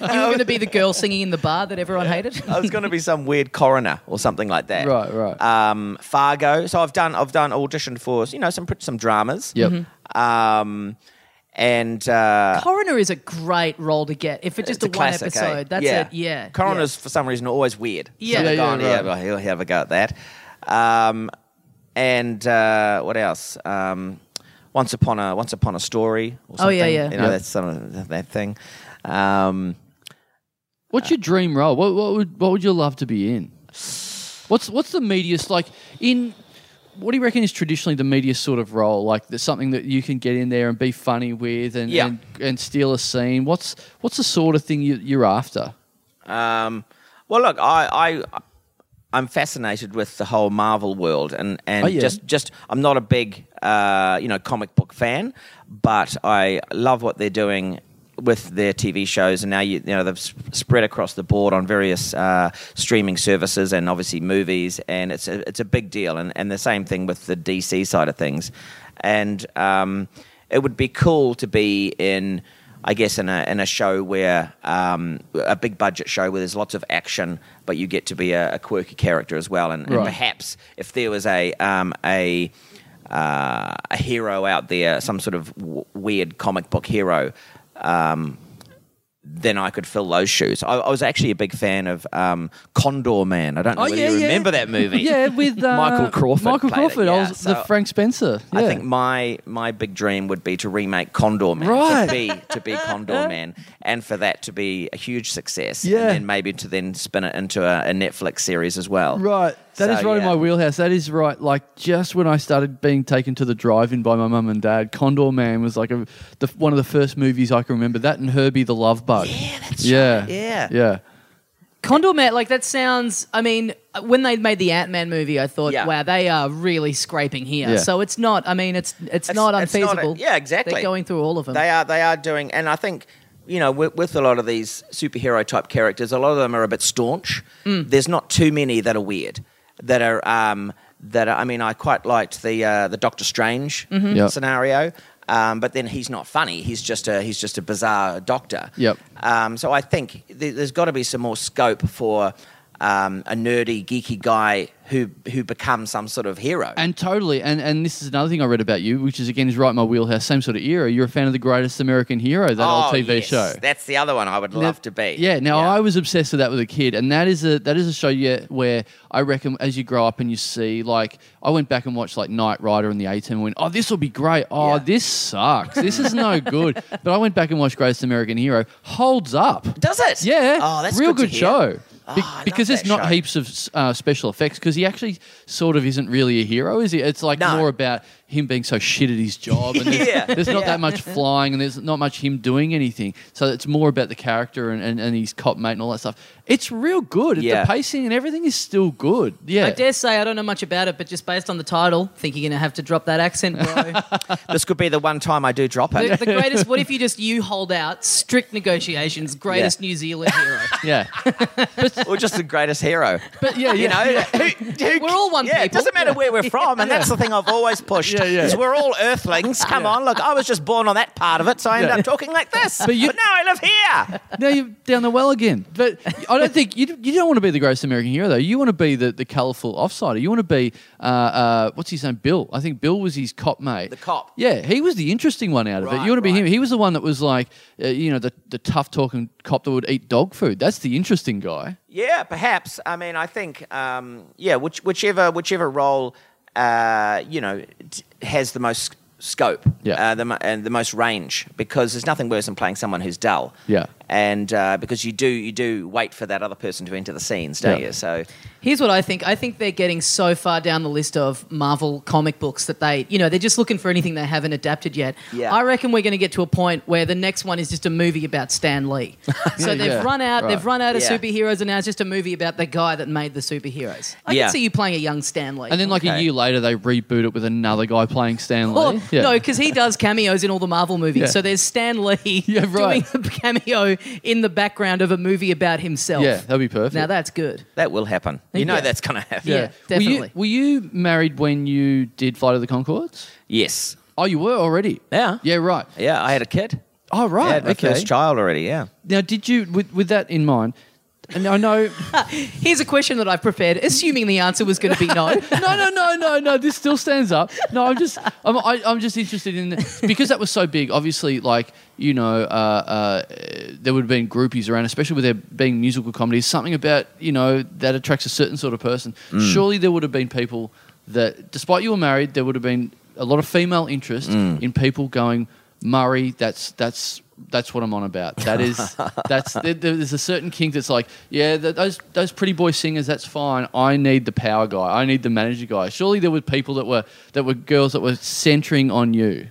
Speaker 1: You were going to be the girl singing in the bar that everyone hated.
Speaker 3: I was going to be some weird coroner or something like that.
Speaker 2: Right, right.
Speaker 3: Um, Fargo. So I've done. I've done auditioned for you know some pret- some dramas.
Speaker 2: Yep.
Speaker 3: Um, and uh,
Speaker 1: Coroner is a great role to get if it's just
Speaker 3: it's
Speaker 1: a, one
Speaker 3: classic, eh?
Speaker 1: episode. That's it. Yeah.
Speaker 3: Coroners for some reason are always weird.
Speaker 1: Yeah.
Speaker 3: So
Speaker 1: Yeah,
Speaker 3: they're
Speaker 2: yeah,
Speaker 3: gone, yeah,
Speaker 2: right.
Speaker 3: well, he'll have a go at that. Um, and uh, what else? Um, once upon a Once upon a story. Or
Speaker 1: Oh,
Speaker 3: something.
Speaker 1: yeah, yeah.
Speaker 3: You know
Speaker 1: Yeah.
Speaker 3: that's some of that thing. Um,
Speaker 2: What's your dream role? What, what would what would you love to be in? What's what's the media's like in? What do you reckon is traditionally the media sort of role? Like there's something that you can get in there and be funny with and
Speaker 3: Yeah.
Speaker 2: and, and steal a scene. What's what's the sort of thing you, you're after?
Speaker 3: Um, well, look, I, I I'm fascinated with the whole Marvel world, and and
Speaker 2: Oh, yeah.
Speaker 3: just just I'm not a big uh, you know comic book fan, but I love what they're doing. With their TV shows, and now you, you know they've s- spread across the board on various uh, streaming services, and obviously movies, and it's a, it's a big deal. And, and the same thing with the DC side of things, and um, it would be cool to be in I guess in a in a show where um, a big budget show where there's lots of action, but you get to be a, a quirky character as well. And, and
Speaker 2: Right.
Speaker 3: perhaps if there was a um, a uh, a hero out there, some sort of w- weird comic book hero, um, then I could fill those shoes. I, I was actually a big fan of um, Condor Man. I don't know
Speaker 2: Oh,
Speaker 3: whether
Speaker 2: yeah,
Speaker 3: you
Speaker 2: yeah.
Speaker 3: remember that movie.
Speaker 2: Yeah, with uh,
Speaker 3: Michael Crawford
Speaker 2: Michael
Speaker 3: played it,
Speaker 2: Crawford, I
Speaker 3: yeah,
Speaker 2: was the
Speaker 3: so-
Speaker 2: Frank Spencer.
Speaker 3: I
Speaker 2: yeah.
Speaker 3: think my my big dream would be to remake Condor Man,
Speaker 2: Right.
Speaker 3: to be to be Condor Man, and for that to be a huge success,
Speaker 2: Yeah.
Speaker 3: and then maybe to then spin it into a, a Netflix series as well.
Speaker 2: Right. that is
Speaker 3: So,
Speaker 2: right in
Speaker 3: yeah.
Speaker 2: my wheelhouse. That is right. Like just when I started being taken to the drive-in by my mum and dad, Condor Man was like a, the, one of the first movies I can remember. That and Herbie the Love Bug. Yeah, that's yeah.
Speaker 3: Yeah.
Speaker 2: Yeah.
Speaker 1: Condor Man, like that sounds. I mean, when they made the Ant Man movie, I thought,
Speaker 3: Yeah.
Speaker 1: wow, they are really scraping here.
Speaker 2: Yeah.
Speaker 1: So it's not. I mean, it's it's,
Speaker 3: It's-
Speaker 1: not
Speaker 3: it's not a-
Speaker 1: unfeasible.
Speaker 3: yeah, exactly.
Speaker 1: They're going through all of them.
Speaker 3: They are they are doing, and I think you know with, with a lot of these superhero type characters, a lot of them are a bit staunch. There's not too many that are weird, that are um, that are, I mean, I quite liked the uh, the Doctor Strange
Speaker 2: Yep.
Speaker 3: scenario. Um, but then he's not funny. He's just a he's just a bizarre doctor.
Speaker 2: Yep.
Speaker 3: Um, so I think th- there's got to be some more scope for um, a nerdy, geeky guy who who becomes some sort of hero.
Speaker 2: And totally. And and this is another thing I read about you, which is again is right in my wheelhouse. Same sort of era. You're a fan of the Greatest American Hero, that old
Speaker 3: Oh,
Speaker 2: TV
Speaker 3: yes.
Speaker 2: show.
Speaker 3: That's the other one I would love to be.
Speaker 2: Yeah. Now I was obsessed with that with a kid, and that is a that is a show yeah, where I reckon as you grow up and you see like I went back and watched like Knight Rider and the A Team and went, oh this will be great. Oh
Speaker 3: Yeah.
Speaker 2: this sucks. this is no good. But I went back and watched Greatest American Hero. Holds up.
Speaker 3: Does it?
Speaker 2: Yeah.
Speaker 3: Oh, that's
Speaker 2: real
Speaker 3: good,
Speaker 2: good,
Speaker 3: to hear.
Speaker 2: show.
Speaker 3: Oh,
Speaker 2: Be-
Speaker 3: I love
Speaker 2: because there's
Speaker 3: that
Speaker 2: not
Speaker 3: show.
Speaker 2: heaps of uh, special effects because he actually sort of isn't really a hero, is he? It's like
Speaker 3: No.
Speaker 2: more about him being so shit at his job, and there's,
Speaker 3: Yeah.
Speaker 2: there's not
Speaker 3: Yeah.
Speaker 2: that much flying, and there's not much him doing anything. So it's more about the character and, and, and his cop mate and all that stuff. It's real good.
Speaker 3: Yeah.
Speaker 2: The pacing and everything is still good. Yeah,
Speaker 1: I dare say I don't know much about it, but just based on the title, think you're going to have to drop that accent, bro.
Speaker 3: This could be the one time I do drop it.
Speaker 1: the, the greatest. What if you just you hold out strict negotiations? Greatest New Zealand hero.
Speaker 2: yeah,
Speaker 3: or just the greatest hero.
Speaker 2: but yeah, yeah.
Speaker 3: You know, who- who-
Speaker 1: We're all one
Speaker 3: Yeah, it
Speaker 1: people.
Speaker 3: doesn't matter where we're from, and that's the thing I've always pushed.
Speaker 2: Yeah, yeah.
Speaker 3: Is we're all Earthlings. Come on, look, I was just born on that part of it, so I ended
Speaker 2: Yeah.
Speaker 3: up talking like this. But,
Speaker 2: you-
Speaker 3: now I live here.
Speaker 2: now you're down the well again. But I don't think you, you don't want to be the greatest American hero though. You want to be the, the colourful offsider. You want to be uh, uh, what's his name? Bill. I think Bill was his cop mate.
Speaker 3: The cop.
Speaker 2: Yeah, he was the interesting one out of it.
Speaker 3: Right,
Speaker 2: You want to be him.
Speaker 3: right.
Speaker 2: He was the one that was like, uh, you know, the the tough talking cop that would eat dog food. That's the interesting guy.
Speaker 3: Yeah, perhaps. I mean, I think um, yeah, which, whichever whichever role uh, you know t- has the most scope,
Speaker 2: Yeah.
Speaker 3: uh, the, mo- and the most range, because there's nothing worse than playing someone who's dull.
Speaker 2: Yeah.
Speaker 3: and uh, because you do you do wait for that other person to enter the scenes, don't
Speaker 2: Yeah.
Speaker 3: you? So
Speaker 1: Here's what I think. I think they're getting so far down the list of Marvel comic books that they, you know, they're just looking for anything they haven't adapted yet.
Speaker 3: Yeah.
Speaker 1: I reckon we're going to get to a point where the next one is just a movie about Stan Lee. so
Speaker 2: Yeah,
Speaker 1: they've
Speaker 2: yeah,
Speaker 1: run out.
Speaker 2: right.
Speaker 1: They've run out of
Speaker 3: Yeah.
Speaker 1: superheroes, and now it's just a movie about the guy that made the superheroes. I
Speaker 3: Yeah.
Speaker 1: can see you playing a young Stan Lee.
Speaker 2: And then like a
Speaker 3: Okay.
Speaker 2: year later, they reboot it with another guy playing Stanley.
Speaker 1: Or- Oh, No, because he does cameos in all the Marvel movies.
Speaker 2: Yeah.
Speaker 1: So there's Stan Lee
Speaker 2: Yeah, right.
Speaker 1: doing a cameo in the background of a movie about himself.
Speaker 2: yeah, that'd be perfect.
Speaker 1: now that's good.
Speaker 3: that will happen. You know
Speaker 1: Yeah.
Speaker 3: that's going to happen.
Speaker 1: Yeah, definitely.
Speaker 2: Were you, were you married when you did Flight of the Concords?
Speaker 3: Yes.
Speaker 2: Oh, you were already.
Speaker 3: Yeah.
Speaker 2: Yeah. Right.
Speaker 3: Yeah, I had a kid.
Speaker 2: Oh,
Speaker 3: I
Speaker 2: right.
Speaker 3: had my
Speaker 2: okay.
Speaker 3: first child already. Yeah.
Speaker 2: Now, did you with with that in mind? And I know.
Speaker 1: Here's a question that I've prepared, assuming the answer was going to be no.
Speaker 2: no, no, no, no, no. This still stands up. No, I'm just, I'm, I, I'm just interested in because that was so big. Obviously, like you know, uh, uh, there would have been groupies around, especially with there being musical comedies. Something about you know that attracts a certain sort of person. Surely there would have been people that, despite you were married, there would have been a lot of female interest in people going Murray. That's that's. That's what I'm on about. That is, that's there, there's a certain kink that's like, yeah, th those those pretty boy singers. That's fine. I need the power guy. I need the manager guy. Surely there were people that were that were girls that were centering on you.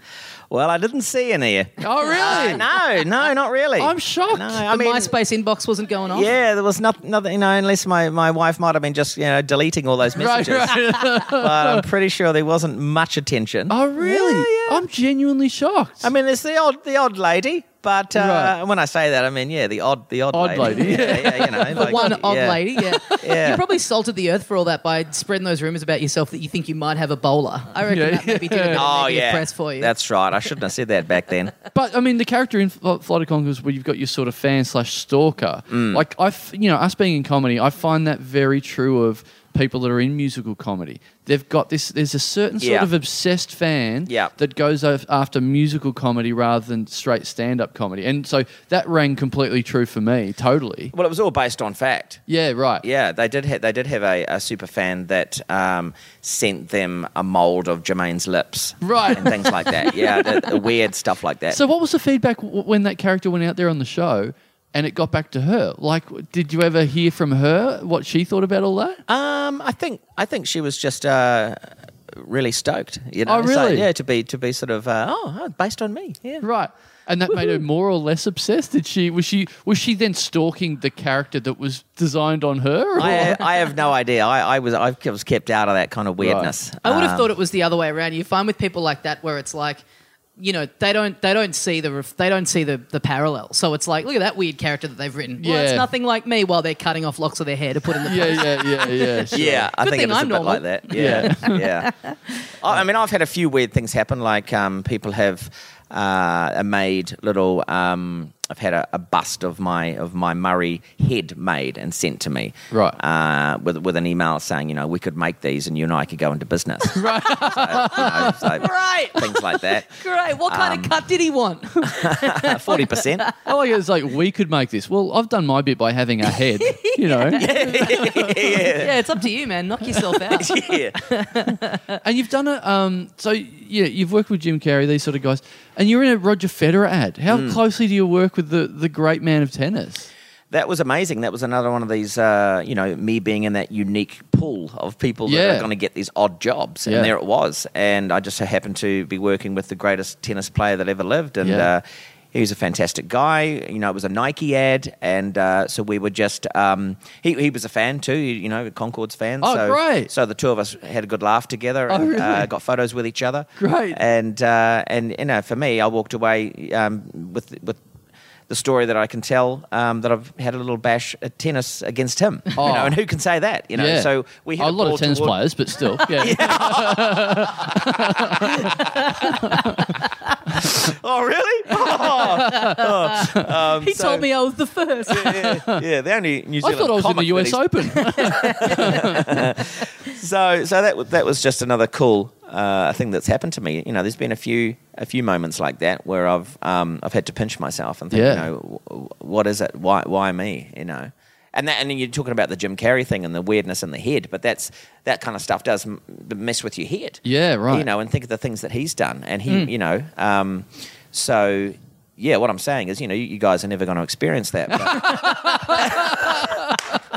Speaker 3: Well, I didn't see any.
Speaker 2: Oh, really?
Speaker 3: No, no, not really.
Speaker 2: I'm shocked.
Speaker 3: No,
Speaker 1: The
Speaker 3: I mean,
Speaker 1: MySpace inbox wasn't going off.
Speaker 3: yeah, there was not, nothing, you know, unless my, my wife might have been just, you know, deleting all those
Speaker 2: Right,
Speaker 3: messages.
Speaker 2: right.
Speaker 3: But I'm pretty sure there wasn't much attention.
Speaker 2: oh, really?
Speaker 3: Yeah, yeah.
Speaker 2: I'm genuinely shocked.
Speaker 3: I mean, it's the odd, the odd lady. But uh,
Speaker 2: Right.
Speaker 3: when I say that, I mean, yeah, the odd, the odd,
Speaker 2: Odd lady.
Speaker 3: yeah, yeah, you know,
Speaker 1: The
Speaker 3: like,
Speaker 1: one odd
Speaker 3: yeah.
Speaker 1: lady, yeah.
Speaker 3: Yeah.
Speaker 1: You probably salted the earth for all that by spreading those rumors about yourself that you think you might have Ebola. I reckon
Speaker 2: Yeah.
Speaker 1: that maybe did a bit of
Speaker 3: Oh
Speaker 1: negative
Speaker 3: yeah,
Speaker 1: press for you.
Speaker 3: That's right. I shouldn't have said that back then.
Speaker 2: But I mean, the character in Fl- Flight of Conchords, where you've got your sort of fan slash stalker,
Speaker 3: Mm.
Speaker 2: like I, f- you know, us being in comedy, I find that very true of people that are in musical comedy. They've got this. There's a certain sort
Speaker 3: Yeah.
Speaker 2: of obsessed fan
Speaker 3: Yeah.
Speaker 2: that goes af- after musical comedy rather than straight stand up comedy, and so that rang completely true for me. Totally.
Speaker 3: Well, it was all based on fact.
Speaker 2: Yeah. Right.
Speaker 3: Yeah, they did. Ha- they did have a, a super fan that um, sent them a mold of Jermaine's lips,
Speaker 2: Right.
Speaker 3: and things like that. Yeah, the, the weird stuff like that.
Speaker 2: So, what was the feedback w- when that character went out there on the show? And it got back to her. Like, w- did you ever hear from her what she thought about all that?
Speaker 3: um, I think I think she was just uh, really stoked. You know,
Speaker 2: Oh,
Speaker 3: So,
Speaker 2: really?
Speaker 3: yeah, to be to be sort of uh, oh, oh, based on me. Yeah.
Speaker 2: Right. And that made her more or less obsessed. Did she was she was she then stalking the character that was designed on her? Or-
Speaker 3: I, I have no idea. I, I was I was kept out of that kind of weirdness.
Speaker 1: I would have
Speaker 3: Um,
Speaker 1: thought it was the other way around. You find with people like that where it's like, you know, they don't they don't see the ref- they don't see the the parallel. So it's like, look at that weird character that they've written. Well, it's
Speaker 2: Yeah.
Speaker 1: nothing like me while they're cutting off locks of their hair to put in the.
Speaker 2: yeah, yeah, yeah, yeah. sure.
Speaker 3: Yeah, I
Speaker 1: Good
Speaker 3: think it
Speaker 1: thing
Speaker 3: was a
Speaker 1: I'm
Speaker 3: bit
Speaker 1: normal.
Speaker 3: like that. Yeah, yeah. I, I mean, I've had a few weird things happen. Like um, people have uh, made little. Um, I've had a, a bust of my of my Murray head made and sent to me.
Speaker 2: Right.
Speaker 3: Uh, with with an email saying, you know, we could make these and you and I could go into business. right.
Speaker 1: Right.
Speaker 3: Things like that.
Speaker 1: Great. What kind
Speaker 3: Um,
Speaker 1: of cut did he want?
Speaker 3: Forty percent.
Speaker 2: I like it. it's like we could make this. Well, I've done my bit by having a head. You know.
Speaker 1: yeah, it's up to you, man. Knock yourself out.
Speaker 3: Yeah.
Speaker 2: And you've done a um so yeah, you've worked with Jim Carrey, these sort of guys. And you're in a Roger Federer ad. How
Speaker 3: Mm.
Speaker 2: closely do you work with the, the great man of tennis?
Speaker 3: That was amazing. That was another one of these, uh, you know, me being in that unique pool of people that
Speaker 2: Yeah.
Speaker 3: are going to get these odd jobs.
Speaker 2: Yeah.
Speaker 3: And there it was. And I just so happened to be working with the greatest tennis player that ever lived. And
Speaker 2: Yeah.
Speaker 3: uh, he was a fantastic guy. You know, it was a Nike ad. And uh, so we were just, um, he, he was a fan too, you know, a Concord's fan.
Speaker 2: Oh,
Speaker 3: so,
Speaker 2: great.
Speaker 3: So the two of us had a good laugh together
Speaker 2: Oh,
Speaker 3: and
Speaker 2: really?
Speaker 3: uh, got photos with each other.
Speaker 2: Great.
Speaker 3: And, uh, and you know, for me, I walked away um, with, with, the story that I can tell um, that I've had a little bash at tennis against him. You
Speaker 2: Oh.
Speaker 3: know, and who can say that? You know,
Speaker 2: yeah.
Speaker 3: so we hit
Speaker 2: a lot
Speaker 3: ball
Speaker 2: of tennis
Speaker 3: toward-
Speaker 2: players, but still. yeah.
Speaker 3: Oh, really? Oh, Um,
Speaker 1: he
Speaker 3: so-
Speaker 1: told me I was the first.
Speaker 3: yeah, yeah, the only New
Speaker 2: I
Speaker 3: Zealand.
Speaker 2: thought I was in
Speaker 3: comic
Speaker 2: the
Speaker 3: that
Speaker 2: US
Speaker 3: he's-
Speaker 2: Open.
Speaker 3: So, so that wa- that was just another cool uh, thing that's happened to me. You know, there's been a few a few moments like that where I've um, I've had to pinch myself and think,
Speaker 2: Yeah.
Speaker 3: you know, w- w- what is it? Why why me? You know. And that, and you're talking about the Jim Carrey thing and the weirdness in the head, but that's that kind of stuff does m- mess with your head.
Speaker 2: Yeah, right. Hmm.
Speaker 3: You know, and think of the things that he's done, and he, you know, um, so yeah. What I'm saying is, you know, you, you guys are never going to experience that. But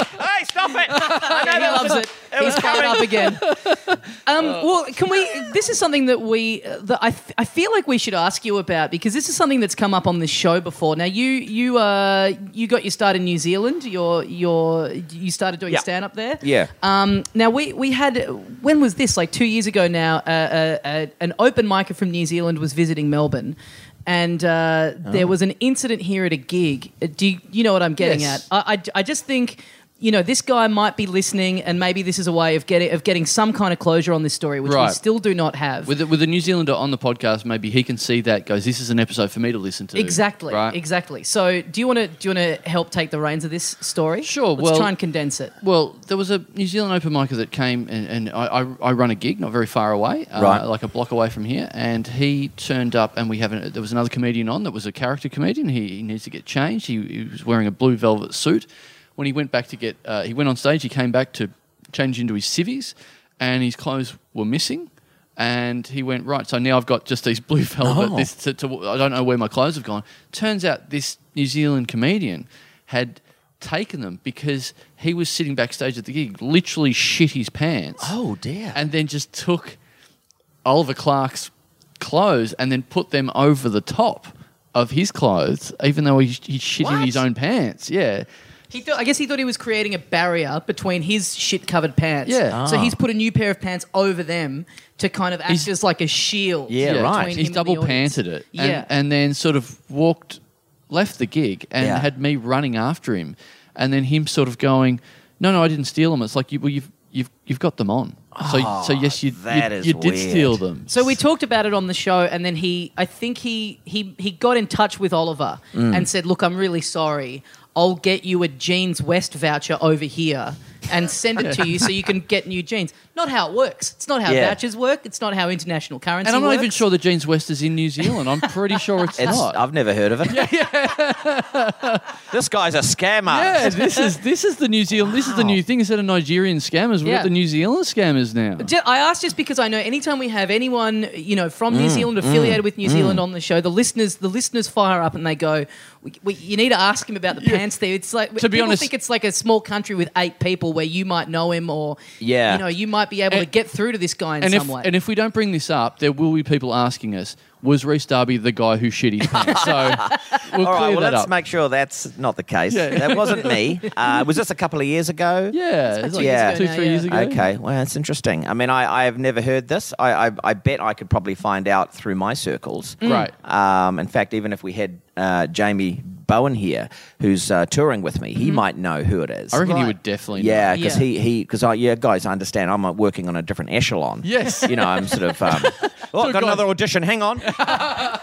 Speaker 3: hey, stop it! I know
Speaker 1: he
Speaker 3: that was Oh.
Speaker 1: loves
Speaker 3: a-
Speaker 1: it. He's coming up again. Um, well, can we? This is something that we uh, that I, f- I feel like we should ask you about because this is something that's come up on this show before. Now you you uh you got your start in New Zealand. Your your you started doing
Speaker 3: Yeah.
Speaker 1: stand up there.
Speaker 3: Yeah.
Speaker 1: Um, now we we had when was this? Like two years ago now. Uh, uh, uh, an open micer from New Zealand was visiting Melbourne. And
Speaker 2: Oh.
Speaker 1: uh, there was an incident here at a gig. Uh, Do you, you know what I'm getting
Speaker 2: Yes.
Speaker 1: at? I, I, I just think you know, this guy might be listening, and maybe this is a way of getting of getting some kind of closure on this story, which we
Speaker 2: Right.
Speaker 1: still do not have.
Speaker 2: With a, with a New Zealander on the podcast, maybe he can see that. Goes, this is an episode for me to listen to.
Speaker 1: exactly,
Speaker 2: Right?
Speaker 1: exactly. So, do you want to do you want to help take the reins of this story?
Speaker 2: Sure,
Speaker 1: Let's
Speaker 2: well-
Speaker 1: try and condense it.
Speaker 2: Well, there was a New Zealand open micer that came, and, and I, I, I run a gig not very far away, uh,
Speaker 3: Right.
Speaker 2: like a block away from here. And he turned up, and we have an, there was another comedian on that was a character comedian. He, he needs to get changed. He, he was wearing a blue velvet suit. When he went back to get, uh, he went on stage. He came back to change into his civvies, and his clothes were missing. And he went right. So now I've got just these blue velvet.
Speaker 3: Oh.
Speaker 2: This to, to, I don't know where my clothes have gone. Turns out this New Zealand comedian had taken them because he was sitting backstage at the gig, literally shit his pants.
Speaker 3: Oh, dear.
Speaker 2: And then just took Oliver Clark's clothes and then put them over the top of his clothes, even though he, he shit in
Speaker 1: What?
Speaker 2: his own pants. Yeah.
Speaker 1: He thought, I guess he thought he was creating a barrier between his shit covered pants.
Speaker 2: Yeah.
Speaker 1: So
Speaker 3: Ah.
Speaker 1: he's put a new pair of pants over them to kind of act
Speaker 2: He's-
Speaker 1: as like a shield.
Speaker 3: Yeah,
Speaker 1: between
Speaker 3: right.
Speaker 1: him and
Speaker 2: He's
Speaker 1: the
Speaker 2: double
Speaker 1: audience.
Speaker 2: panted it.
Speaker 1: Yeah.
Speaker 2: And, and then sort of walked, left the gig and
Speaker 3: Yeah.
Speaker 2: had me running after him. And then him sort of going, no, no, I didn't steal them. It's like, you, well, you've, you've, you've got them on. So,
Speaker 1: Oh,
Speaker 2: so yes, you,
Speaker 3: that
Speaker 2: you,
Speaker 3: is
Speaker 2: you did
Speaker 3: weird.
Speaker 2: steal them.
Speaker 1: So we talked about it on the show, and then he, I think he, he, he got in touch with Oliver
Speaker 2: Mm.
Speaker 1: and said, "Look, I'm really sorry. I'll get you a Jeans West voucher over here and send it to you so you can get new jeans." Not how it works. It's not how
Speaker 3: Yeah.
Speaker 1: vouchers work. It's not how international currency.
Speaker 2: And I'm not even
Speaker 1: works.
Speaker 2: sure that Jeans West is in New Zealand. I'm pretty sure it's,
Speaker 3: It's,
Speaker 2: not.
Speaker 3: I've never heard of it. this guy's a scam
Speaker 2: yeah,
Speaker 3: artist.
Speaker 2: this is this is the New Zealand. This is the new thing. Instead of Nigerian scammers, we've
Speaker 1: Yeah.
Speaker 2: got the New Zealand scammers now.
Speaker 1: Ju- I ask just because I know anytime we have anyone you know from
Speaker 2: Mm,
Speaker 1: New Zealand affiliated with New Zealand on the show, the listeners the listeners fire up and they go, we, we, "You need to ask him about the pants there." It's like
Speaker 2: To be
Speaker 1: people
Speaker 2: honest-
Speaker 1: think it's like a small country with eight people where you might know him or
Speaker 3: Yeah.
Speaker 1: you know you might be able to
Speaker 2: And-
Speaker 1: get through to this guy in
Speaker 2: and
Speaker 1: some
Speaker 2: if
Speaker 1: way.
Speaker 2: and if we don't bring this up, there will be people asking us: Was Reese Darby the guy who shit his pants? So we'll
Speaker 3: All
Speaker 2: clear
Speaker 3: right, well,
Speaker 2: that
Speaker 3: let's
Speaker 2: up.
Speaker 3: make sure that's not the case.
Speaker 2: Yeah.
Speaker 3: That wasn't me. Uh, was this a couple of years ago?
Speaker 2: yeah,
Speaker 1: about
Speaker 2: it's
Speaker 1: two
Speaker 2: like
Speaker 3: years
Speaker 2: two
Speaker 1: ago now,
Speaker 2: three
Speaker 1: yeah.
Speaker 2: years ago.
Speaker 3: Okay, well, that's interesting. I mean, I, I have never heard this. I, I, I bet I could probably find out through my circles.
Speaker 2: Mm. Right.
Speaker 3: Um, in fact, even if we had uh, Jamie Bowen here, who's uh, touring with me, he might know who it is.
Speaker 2: Mm-hmm. I reckon
Speaker 1: Right.
Speaker 2: you would definitely. know.
Speaker 3: Yeah, because
Speaker 1: Yeah.
Speaker 3: he he because I yeah guys I understand I'm uh, working on a different echelon.
Speaker 2: Yes.
Speaker 3: you know I'm sort of um, oh I've got
Speaker 2: God.
Speaker 3: another audition. Hang on.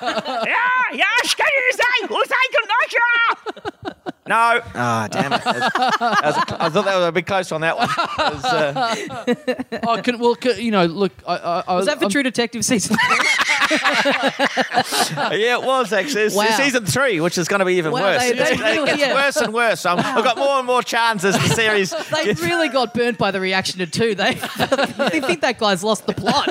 Speaker 4: Yeah, yeah, excuse me. Who's I can
Speaker 3: No. Ah, damn it. That was- that was- I thought that would be close on that one. It was, uh,
Speaker 2: Oh, can, well, can, you know, look, I, I, I
Speaker 1: was that for True Detective season?
Speaker 3: yeah, it was actually. It's
Speaker 1: Wow.
Speaker 3: season three, which is going to be even
Speaker 1: Wow,
Speaker 3: worse.
Speaker 1: they- they
Speaker 3: It's- it
Speaker 1: really-
Speaker 3: gets
Speaker 1: yeah.
Speaker 3: worse and worse. I'm, I've got more and more chances the series.
Speaker 1: they really got burnt by the reaction to two. They they think that guy's lost the plot.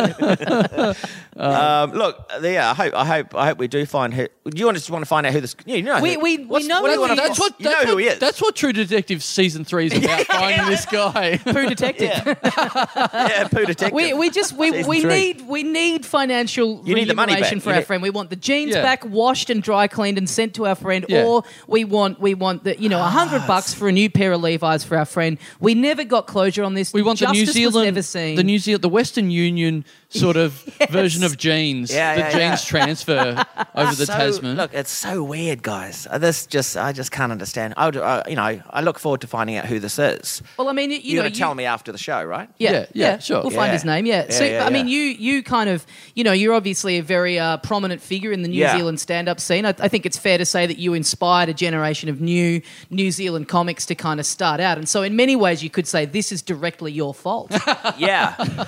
Speaker 3: Um, look, yeah, I hope, I hope, I hope we do find who. Do you want to want to find out who this? Yeah, you know,
Speaker 1: We-
Speaker 3: who-
Speaker 1: we- we
Speaker 3: what's-
Speaker 1: know
Speaker 3: do
Speaker 1: who
Speaker 3: you wanna
Speaker 1: he
Speaker 3: find?
Speaker 1: is.
Speaker 2: That's what.
Speaker 3: you
Speaker 2: that's
Speaker 3: know who
Speaker 2: what-
Speaker 3: he is.
Speaker 2: That's what True Detective season three is about. finding this guy.
Speaker 1: True Detective.
Speaker 3: yeah, poo detective.
Speaker 1: We, we just we,
Speaker 3: Season
Speaker 1: we
Speaker 3: three.
Speaker 1: need we need financial
Speaker 3: You need the money back.
Speaker 1: remuneration for
Speaker 3: You
Speaker 1: our
Speaker 3: need-
Speaker 1: friend. We want the jeans
Speaker 2: Yeah.
Speaker 1: back, washed and dry cleaned and sent to our friend,
Speaker 2: Yeah.
Speaker 1: or we want we want the you know a
Speaker 3: Ah,
Speaker 1: hundred bucks for a new pair of Levi's for our friend. We never got closure on this.
Speaker 2: We want
Speaker 1: Justice
Speaker 2: the New
Speaker 1: was
Speaker 2: Zealand,
Speaker 1: never seen.
Speaker 2: the New Zealand, the Western Union sort of version of jeans.
Speaker 3: Yeah,
Speaker 2: the
Speaker 3: yeah,
Speaker 2: jeans
Speaker 3: yeah.
Speaker 2: transfer over the
Speaker 3: so,
Speaker 2: Tasman.
Speaker 3: Look, it's so weird, guys. Uh, This just I just can't understand. I, would, uh, you know, I look forward to finding out who this is.
Speaker 1: well, I mean, you, you
Speaker 3: You're
Speaker 1: know,
Speaker 3: going
Speaker 1: you,
Speaker 3: to tell me after the show, right?
Speaker 1: Yeah,
Speaker 2: Yeah, yeah, sure.
Speaker 1: We'll find
Speaker 3: Yeah.
Speaker 1: his name. Yeah. so
Speaker 3: Yeah, yeah,
Speaker 1: I mean,
Speaker 3: yeah.
Speaker 1: you you kind of you know you're obviously a very uh, prominent figure in the New
Speaker 3: Yeah.
Speaker 1: Zealand stand-up scene. I, I think it's fair to say that you inspired a generation of new New Zealand comics to kind of start out, and so in many ways you could say this is directly your fault.
Speaker 3: Yeah.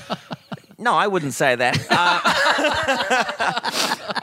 Speaker 3: No, I wouldn't say that. Uh,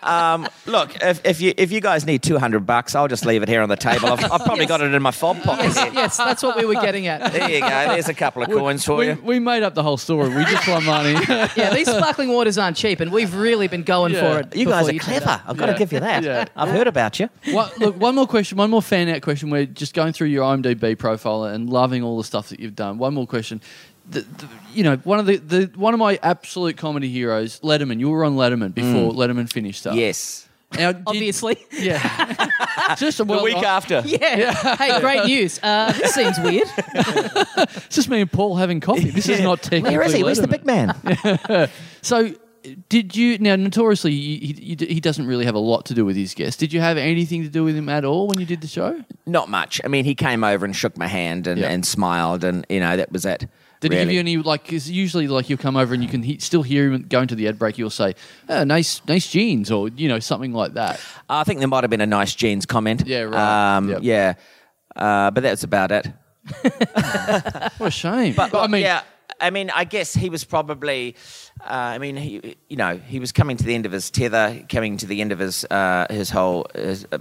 Speaker 3: um, look, if, if you if you guys need two hundred bucks, I'll just leave it here on the table. I've, I've probably got it in my fob pocket.
Speaker 1: yes,
Speaker 3: here.
Speaker 1: yes, that's what we were getting at.
Speaker 3: There you go. There's a couple of coins for
Speaker 2: we,
Speaker 3: you.
Speaker 2: we made up the whole story. We just want money.
Speaker 1: Yeah, these sparkling waters aren't cheap, and we've really been going
Speaker 2: Yeah.
Speaker 1: for it.
Speaker 3: You guys
Speaker 1: before
Speaker 3: are
Speaker 1: said
Speaker 3: clever.
Speaker 1: that.
Speaker 3: I've got to
Speaker 2: Yeah.
Speaker 3: give you that.
Speaker 2: Yeah.
Speaker 3: I've heard about you.
Speaker 2: One- look, one more question, one more fan out question. We're just going through your IMDb profile and loving all the stuff that you've done. One more question. The, the, you know, one of the, the one of my absolute comedy heroes, Letterman. You were on Letterman before
Speaker 3: Mm.
Speaker 2: Letterman finished up.
Speaker 3: Yes.
Speaker 2: Now, did-
Speaker 1: Obviously.
Speaker 2: Yeah. just well, uh,
Speaker 3: the week
Speaker 2: I-
Speaker 3: after.
Speaker 1: Yeah. Hey, great news. Uh, this seems weird.
Speaker 2: It's just me and Paul having coffee. This is not technically.
Speaker 3: Where is he? Where's the
Speaker 2: Letterman.
Speaker 3: big man?
Speaker 2: So did you now notoriously he, he, he doesn't really have a lot to do with his guests. Did you have anything to do with him at all when you did the show?
Speaker 3: Not much. I mean, he came over and shook my hand and,
Speaker 2: Yeah.
Speaker 3: and smiled, and you know that was it.
Speaker 2: Did he give
Speaker 3: really.
Speaker 2: you any like? Cause usually, like you'll come over and you can he, still hear him going to the ad break. You'll say, oh, "Nice, nice jeans," or you know something like that.
Speaker 3: I think there might have been a nice jeans comment.
Speaker 2: Yeah, right.
Speaker 3: Um,
Speaker 2: Yep.
Speaker 3: Yeah, uh, but that's about it.
Speaker 2: What a shame.
Speaker 3: But,
Speaker 2: I mean,
Speaker 3: yeah, I mean, I guess he was probably. Uh, I mean, he, you know, he was coming to the end of his tether, coming to the end of his uh, his whole his, uh,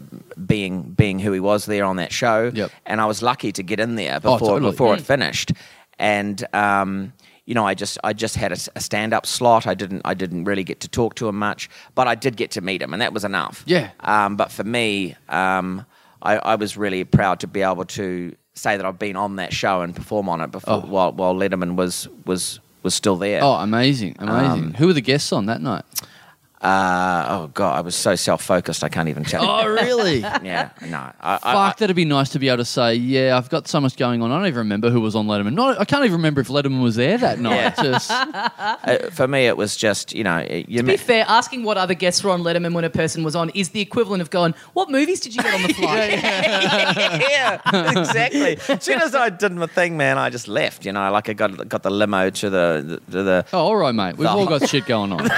Speaker 3: being being who he was there on that show.
Speaker 2: Yep. Oh,
Speaker 3: And I was lucky to get in there before
Speaker 2: totally. Mm.
Speaker 3: before it finished, and. Um, you know, I just I just had a, stand up slot. I didn't I didn't really get to talk to him much, but I did get to meet him, and that was enough.
Speaker 2: Yeah.
Speaker 3: Um, but for me, um, I, I was really proud to be able to say that I've been on that show and perform on it before while, while Letterman was was was still there.
Speaker 2: oh, amazing, amazing.
Speaker 3: Um,
Speaker 2: Who were the guests on that night?
Speaker 3: Uh, oh God, I was so self focused I can't even tell. you.
Speaker 2: really?
Speaker 3: Yeah, no, Oh, I, I, I-
Speaker 2: Oh. Fuck, that'd be nice to be able to say, yeah, I've got so much going on. I don't even remember who was on Letterman. Not, I can't even remember if Letterman was there that night. Just, oh,
Speaker 3: uh, for me it was just you know it- you
Speaker 1: To be
Speaker 3: ma-
Speaker 1: fair, asking what other guests were on Letterman when a person was on is the equivalent of going, "What movies did you get on the flight?"
Speaker 3: yeah, exactly. As soon as I did my thing, man, I just left. You know, like I got got the limo to the the, to the
Speaker 2: oh, all right, mate. We've all got shit going on.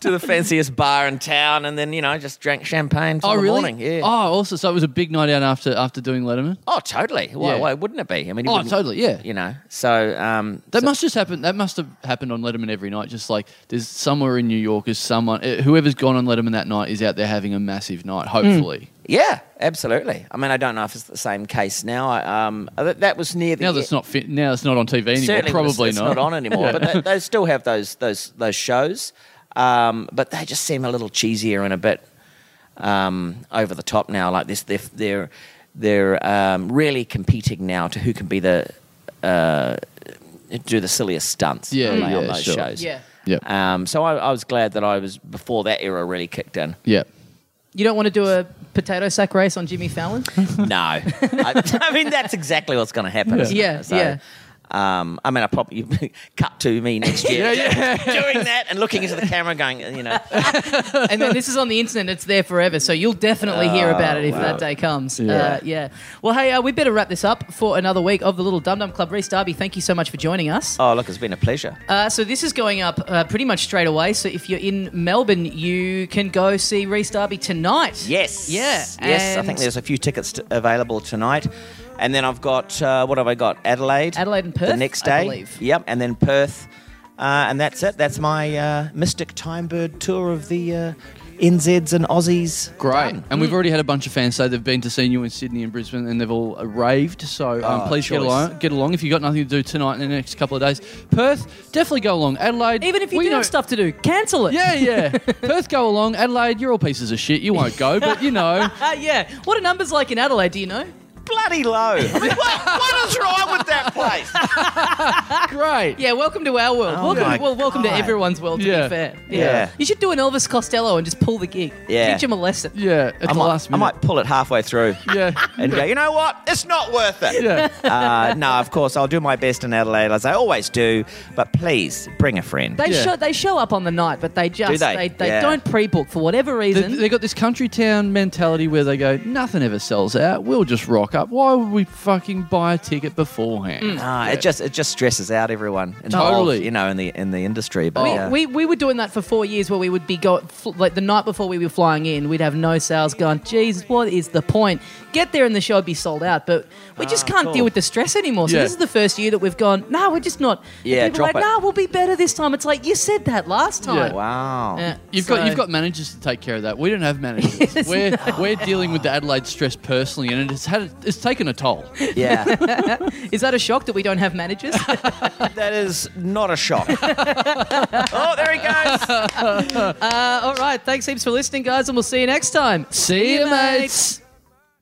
Speaker 3: to the fanciest bar in town, and then you know just drank champagne till
Speaker 2: oh,
Speaker 3: the
Speaker 2: really?
Speaker 3: morning. Yeah.
Speaker 2: Oh, also, so it was a big night out after after doing Letterman.
Speaker 3: Oh, totally. Why,
Speaker 2: Yeah.
Speaker 3: why wouldn't it be? I mean, it
Speaker 2: Oh,
Speaker 3: wouldn't-
Speaker 2: totally. Yeah.
Speaker 3: You know, so um,
Speaker 2: That
Speaker 3: so-
Speaker 2: must just happen. That must have happened on Letterman every night. Just like there's somewhere in New York is someone eh, whoever's gone on Letterman that night is out there having a massive night. Hopefully,
Speaker 3: yeah, absolutely. I mean, I don't know if it's the same case now. I, um, that, that was near the
Speaker 2: now that's not fit. Now it's not on TV anymore.
Speaker 3: certainly
Speaker 2: probably
Speaker 3: it's- it's
Speaker 2: not.
Speaker 3: on anymore. But they, they still have those those those shows, um, but they just seem a little cheesier and a bit um, over the top now. Like this, they're they're, they're um, really competing now to who can be the uh, do the silliest stunts
Speaker 2: Yeah,
Speaker 3: really, on
Speaker 2: yeah,
Speaker 3: those
Speaker 2: sure.
Speaker 3: shows.
Speaker 1: Yeah.
Speaker 2: Yep.
Speaker 3: Um, so I, I was glad that I was before that era really kicked in.
Speaker 2: yeah.
Speaker 1: You don't want to do a potato sack race on Jimmy Fallon?
Speaker 3: No, I, I mean that's exactly what's going to happen. isn't it?
Speaker 1: Yeah, yeah.
Speaker 3: Um, I mean, I probably cut to me next year doing that and looking into the camera, going, you know,
Speaker 1: and then this is on the internet; it's there forever. So you'll definitely hear about it if that day comes. Yeah. Uh, yeah. Well, hey, uh, we better wrap this up for another week of the Little Dum Dum Club. Reese Darby, thank you so much for joining us.
Speaker 3: oh look, it's been a pleasure.
Speaker 1: Uh, so this is going up uh, pretty much straight away. So if you're in Melbourne, you can go see Reese Darby tonight.
Speaker 3: Yes,
Speaker 1: Yeah.
Speaker 3: yes. I
Speaker 1: and
Speaker 3: think there's a few tickets t- available tonight, and then I've got uh, what have I got? Adelaide,
Speaker 1: Adelaide and Perth.
Speaker 3: the next day.
Speaker 1: I believe.
Speaker 3: Yep, and then Perth, uh, and that's it. That's my uh, Mystic Timebird tour of the uh, NZs and Aussies.
Speaker 2: Great.
Speaker 3: Done.
Speaker 2: And we've already had a bunch of fans say they've been to see you in Sydney and Brisbane and they've all uh, raved. So um,
Speaker 3: Oh,
Speaker 2: please get
Speaker 3: choice.
Speaker 2: along. Get along if you've got nothing to do tonight and the next couple of days. Perth, definitely go along. Adelaide,
Speaker 1: Even if you
Speaker 2: we
Speaker 1: do
Speaker 2: know-
Speaker 1: have stuff to do, cancel it.
Speaker 2: Yeah, yeah. Perth, go along. Adelaide, you're all pieces of shit. You won't go, but you know.
Speaker 1: Uh, yeah. What are numbers like in Adelaide? Do you know?
Speaker 3: Bloody low. I mean, what, what is wrong with that place?
Speaker 2: Great.
Speaker 1: Yeah, welcome to our world.
Speaker 3: Oh
Speaker 1: welcome,
Speaker 3: my
Speaker 1: well, welcome to
Speaker 3: God.
Speaker 1: everyone's world. To
Speaker 2: Yeah.
Speaker 1: be fair,
Speaker 3: Yeah.
Speaker 1: You should do an Elvis Costello and just pull the gig.
Speaker 3: Yeah.
Speaker 1: Teach him a lesson.
Speaker 2: Yeah, at
Speaker 3: I
Speaker 2: the
Speaker 3: might,
Speaker 2: last
Speaker 3: I
Speaker 2: minute.
Speaker 3: might pull it halfway through
Speaker 2: Yeah.
Speaker 3: and go, you know what? It's not worth it.
Speaker 2: Yeah.
Speaker 3: Uh, no, of course, I'll do my best in Adelaide, as I always do, but please bring a friend.
Speaker 1: They
Speaker 2: Yeah.
Speaker 1: show they show up on the night, but they just
Speaker 3: Do they?
Speaker 1: they,
Speaker 3: Yeah.
Speaker 1: don't pre-book for whatever
Speaker 2: They,
Speaker 1: reason.
Speaker 2: they got this country town mentality where they go, nothing ever sells out. We'll just rock up. Why would we fucking buy a ticket beforehand?
Speaker 1: Mm.
Speaker 3: Ah, It just it just stresses out everyone involved,
Speaker 2: Totally.
Speaker 3: you know, in the in the industry. But
Speaker 1: we,
Speaker 3: yeah.
Speaker 1: we, we were doing that for four years where we would be go fl- like the night before we were flying in we'd have no sales going Jesus what is the point get there and the show would be sold out but we just
Speaker 3: Ah,
Speaker 1: can't
Speaker 3: cool.
Speaker 1: deal with the stress anymore so
Speaker 2: Yeah.
Speaker 1: this is the first year that we've gone no we're just not
Speaker 3: Yeah,
Speaker 1: people are
Speaker 3: drop
Speaker 1: like
Speaker 3: it.
Speaker 1: no we'll be better this time it's like you said that last time
Speaker 3: wow.
Speaker 1: Yeah,
Speaker 2: You've
Speaker 1: so-
Speaker 2: got you've got managers to take care of that. We don't have managers. we're we're dealing with the Adelaide stress personally, and it's had it's taken a toll.
Speaker 3: Yeah.
Speaker 1: Is that a shock that we don't have managers?
Speaker 3: that is not a shock. oh, there he goes.
Speaker 1: All right. Thanks heaps for listening, guys, and we'll see you next time.
Speaker 2: See you, mates.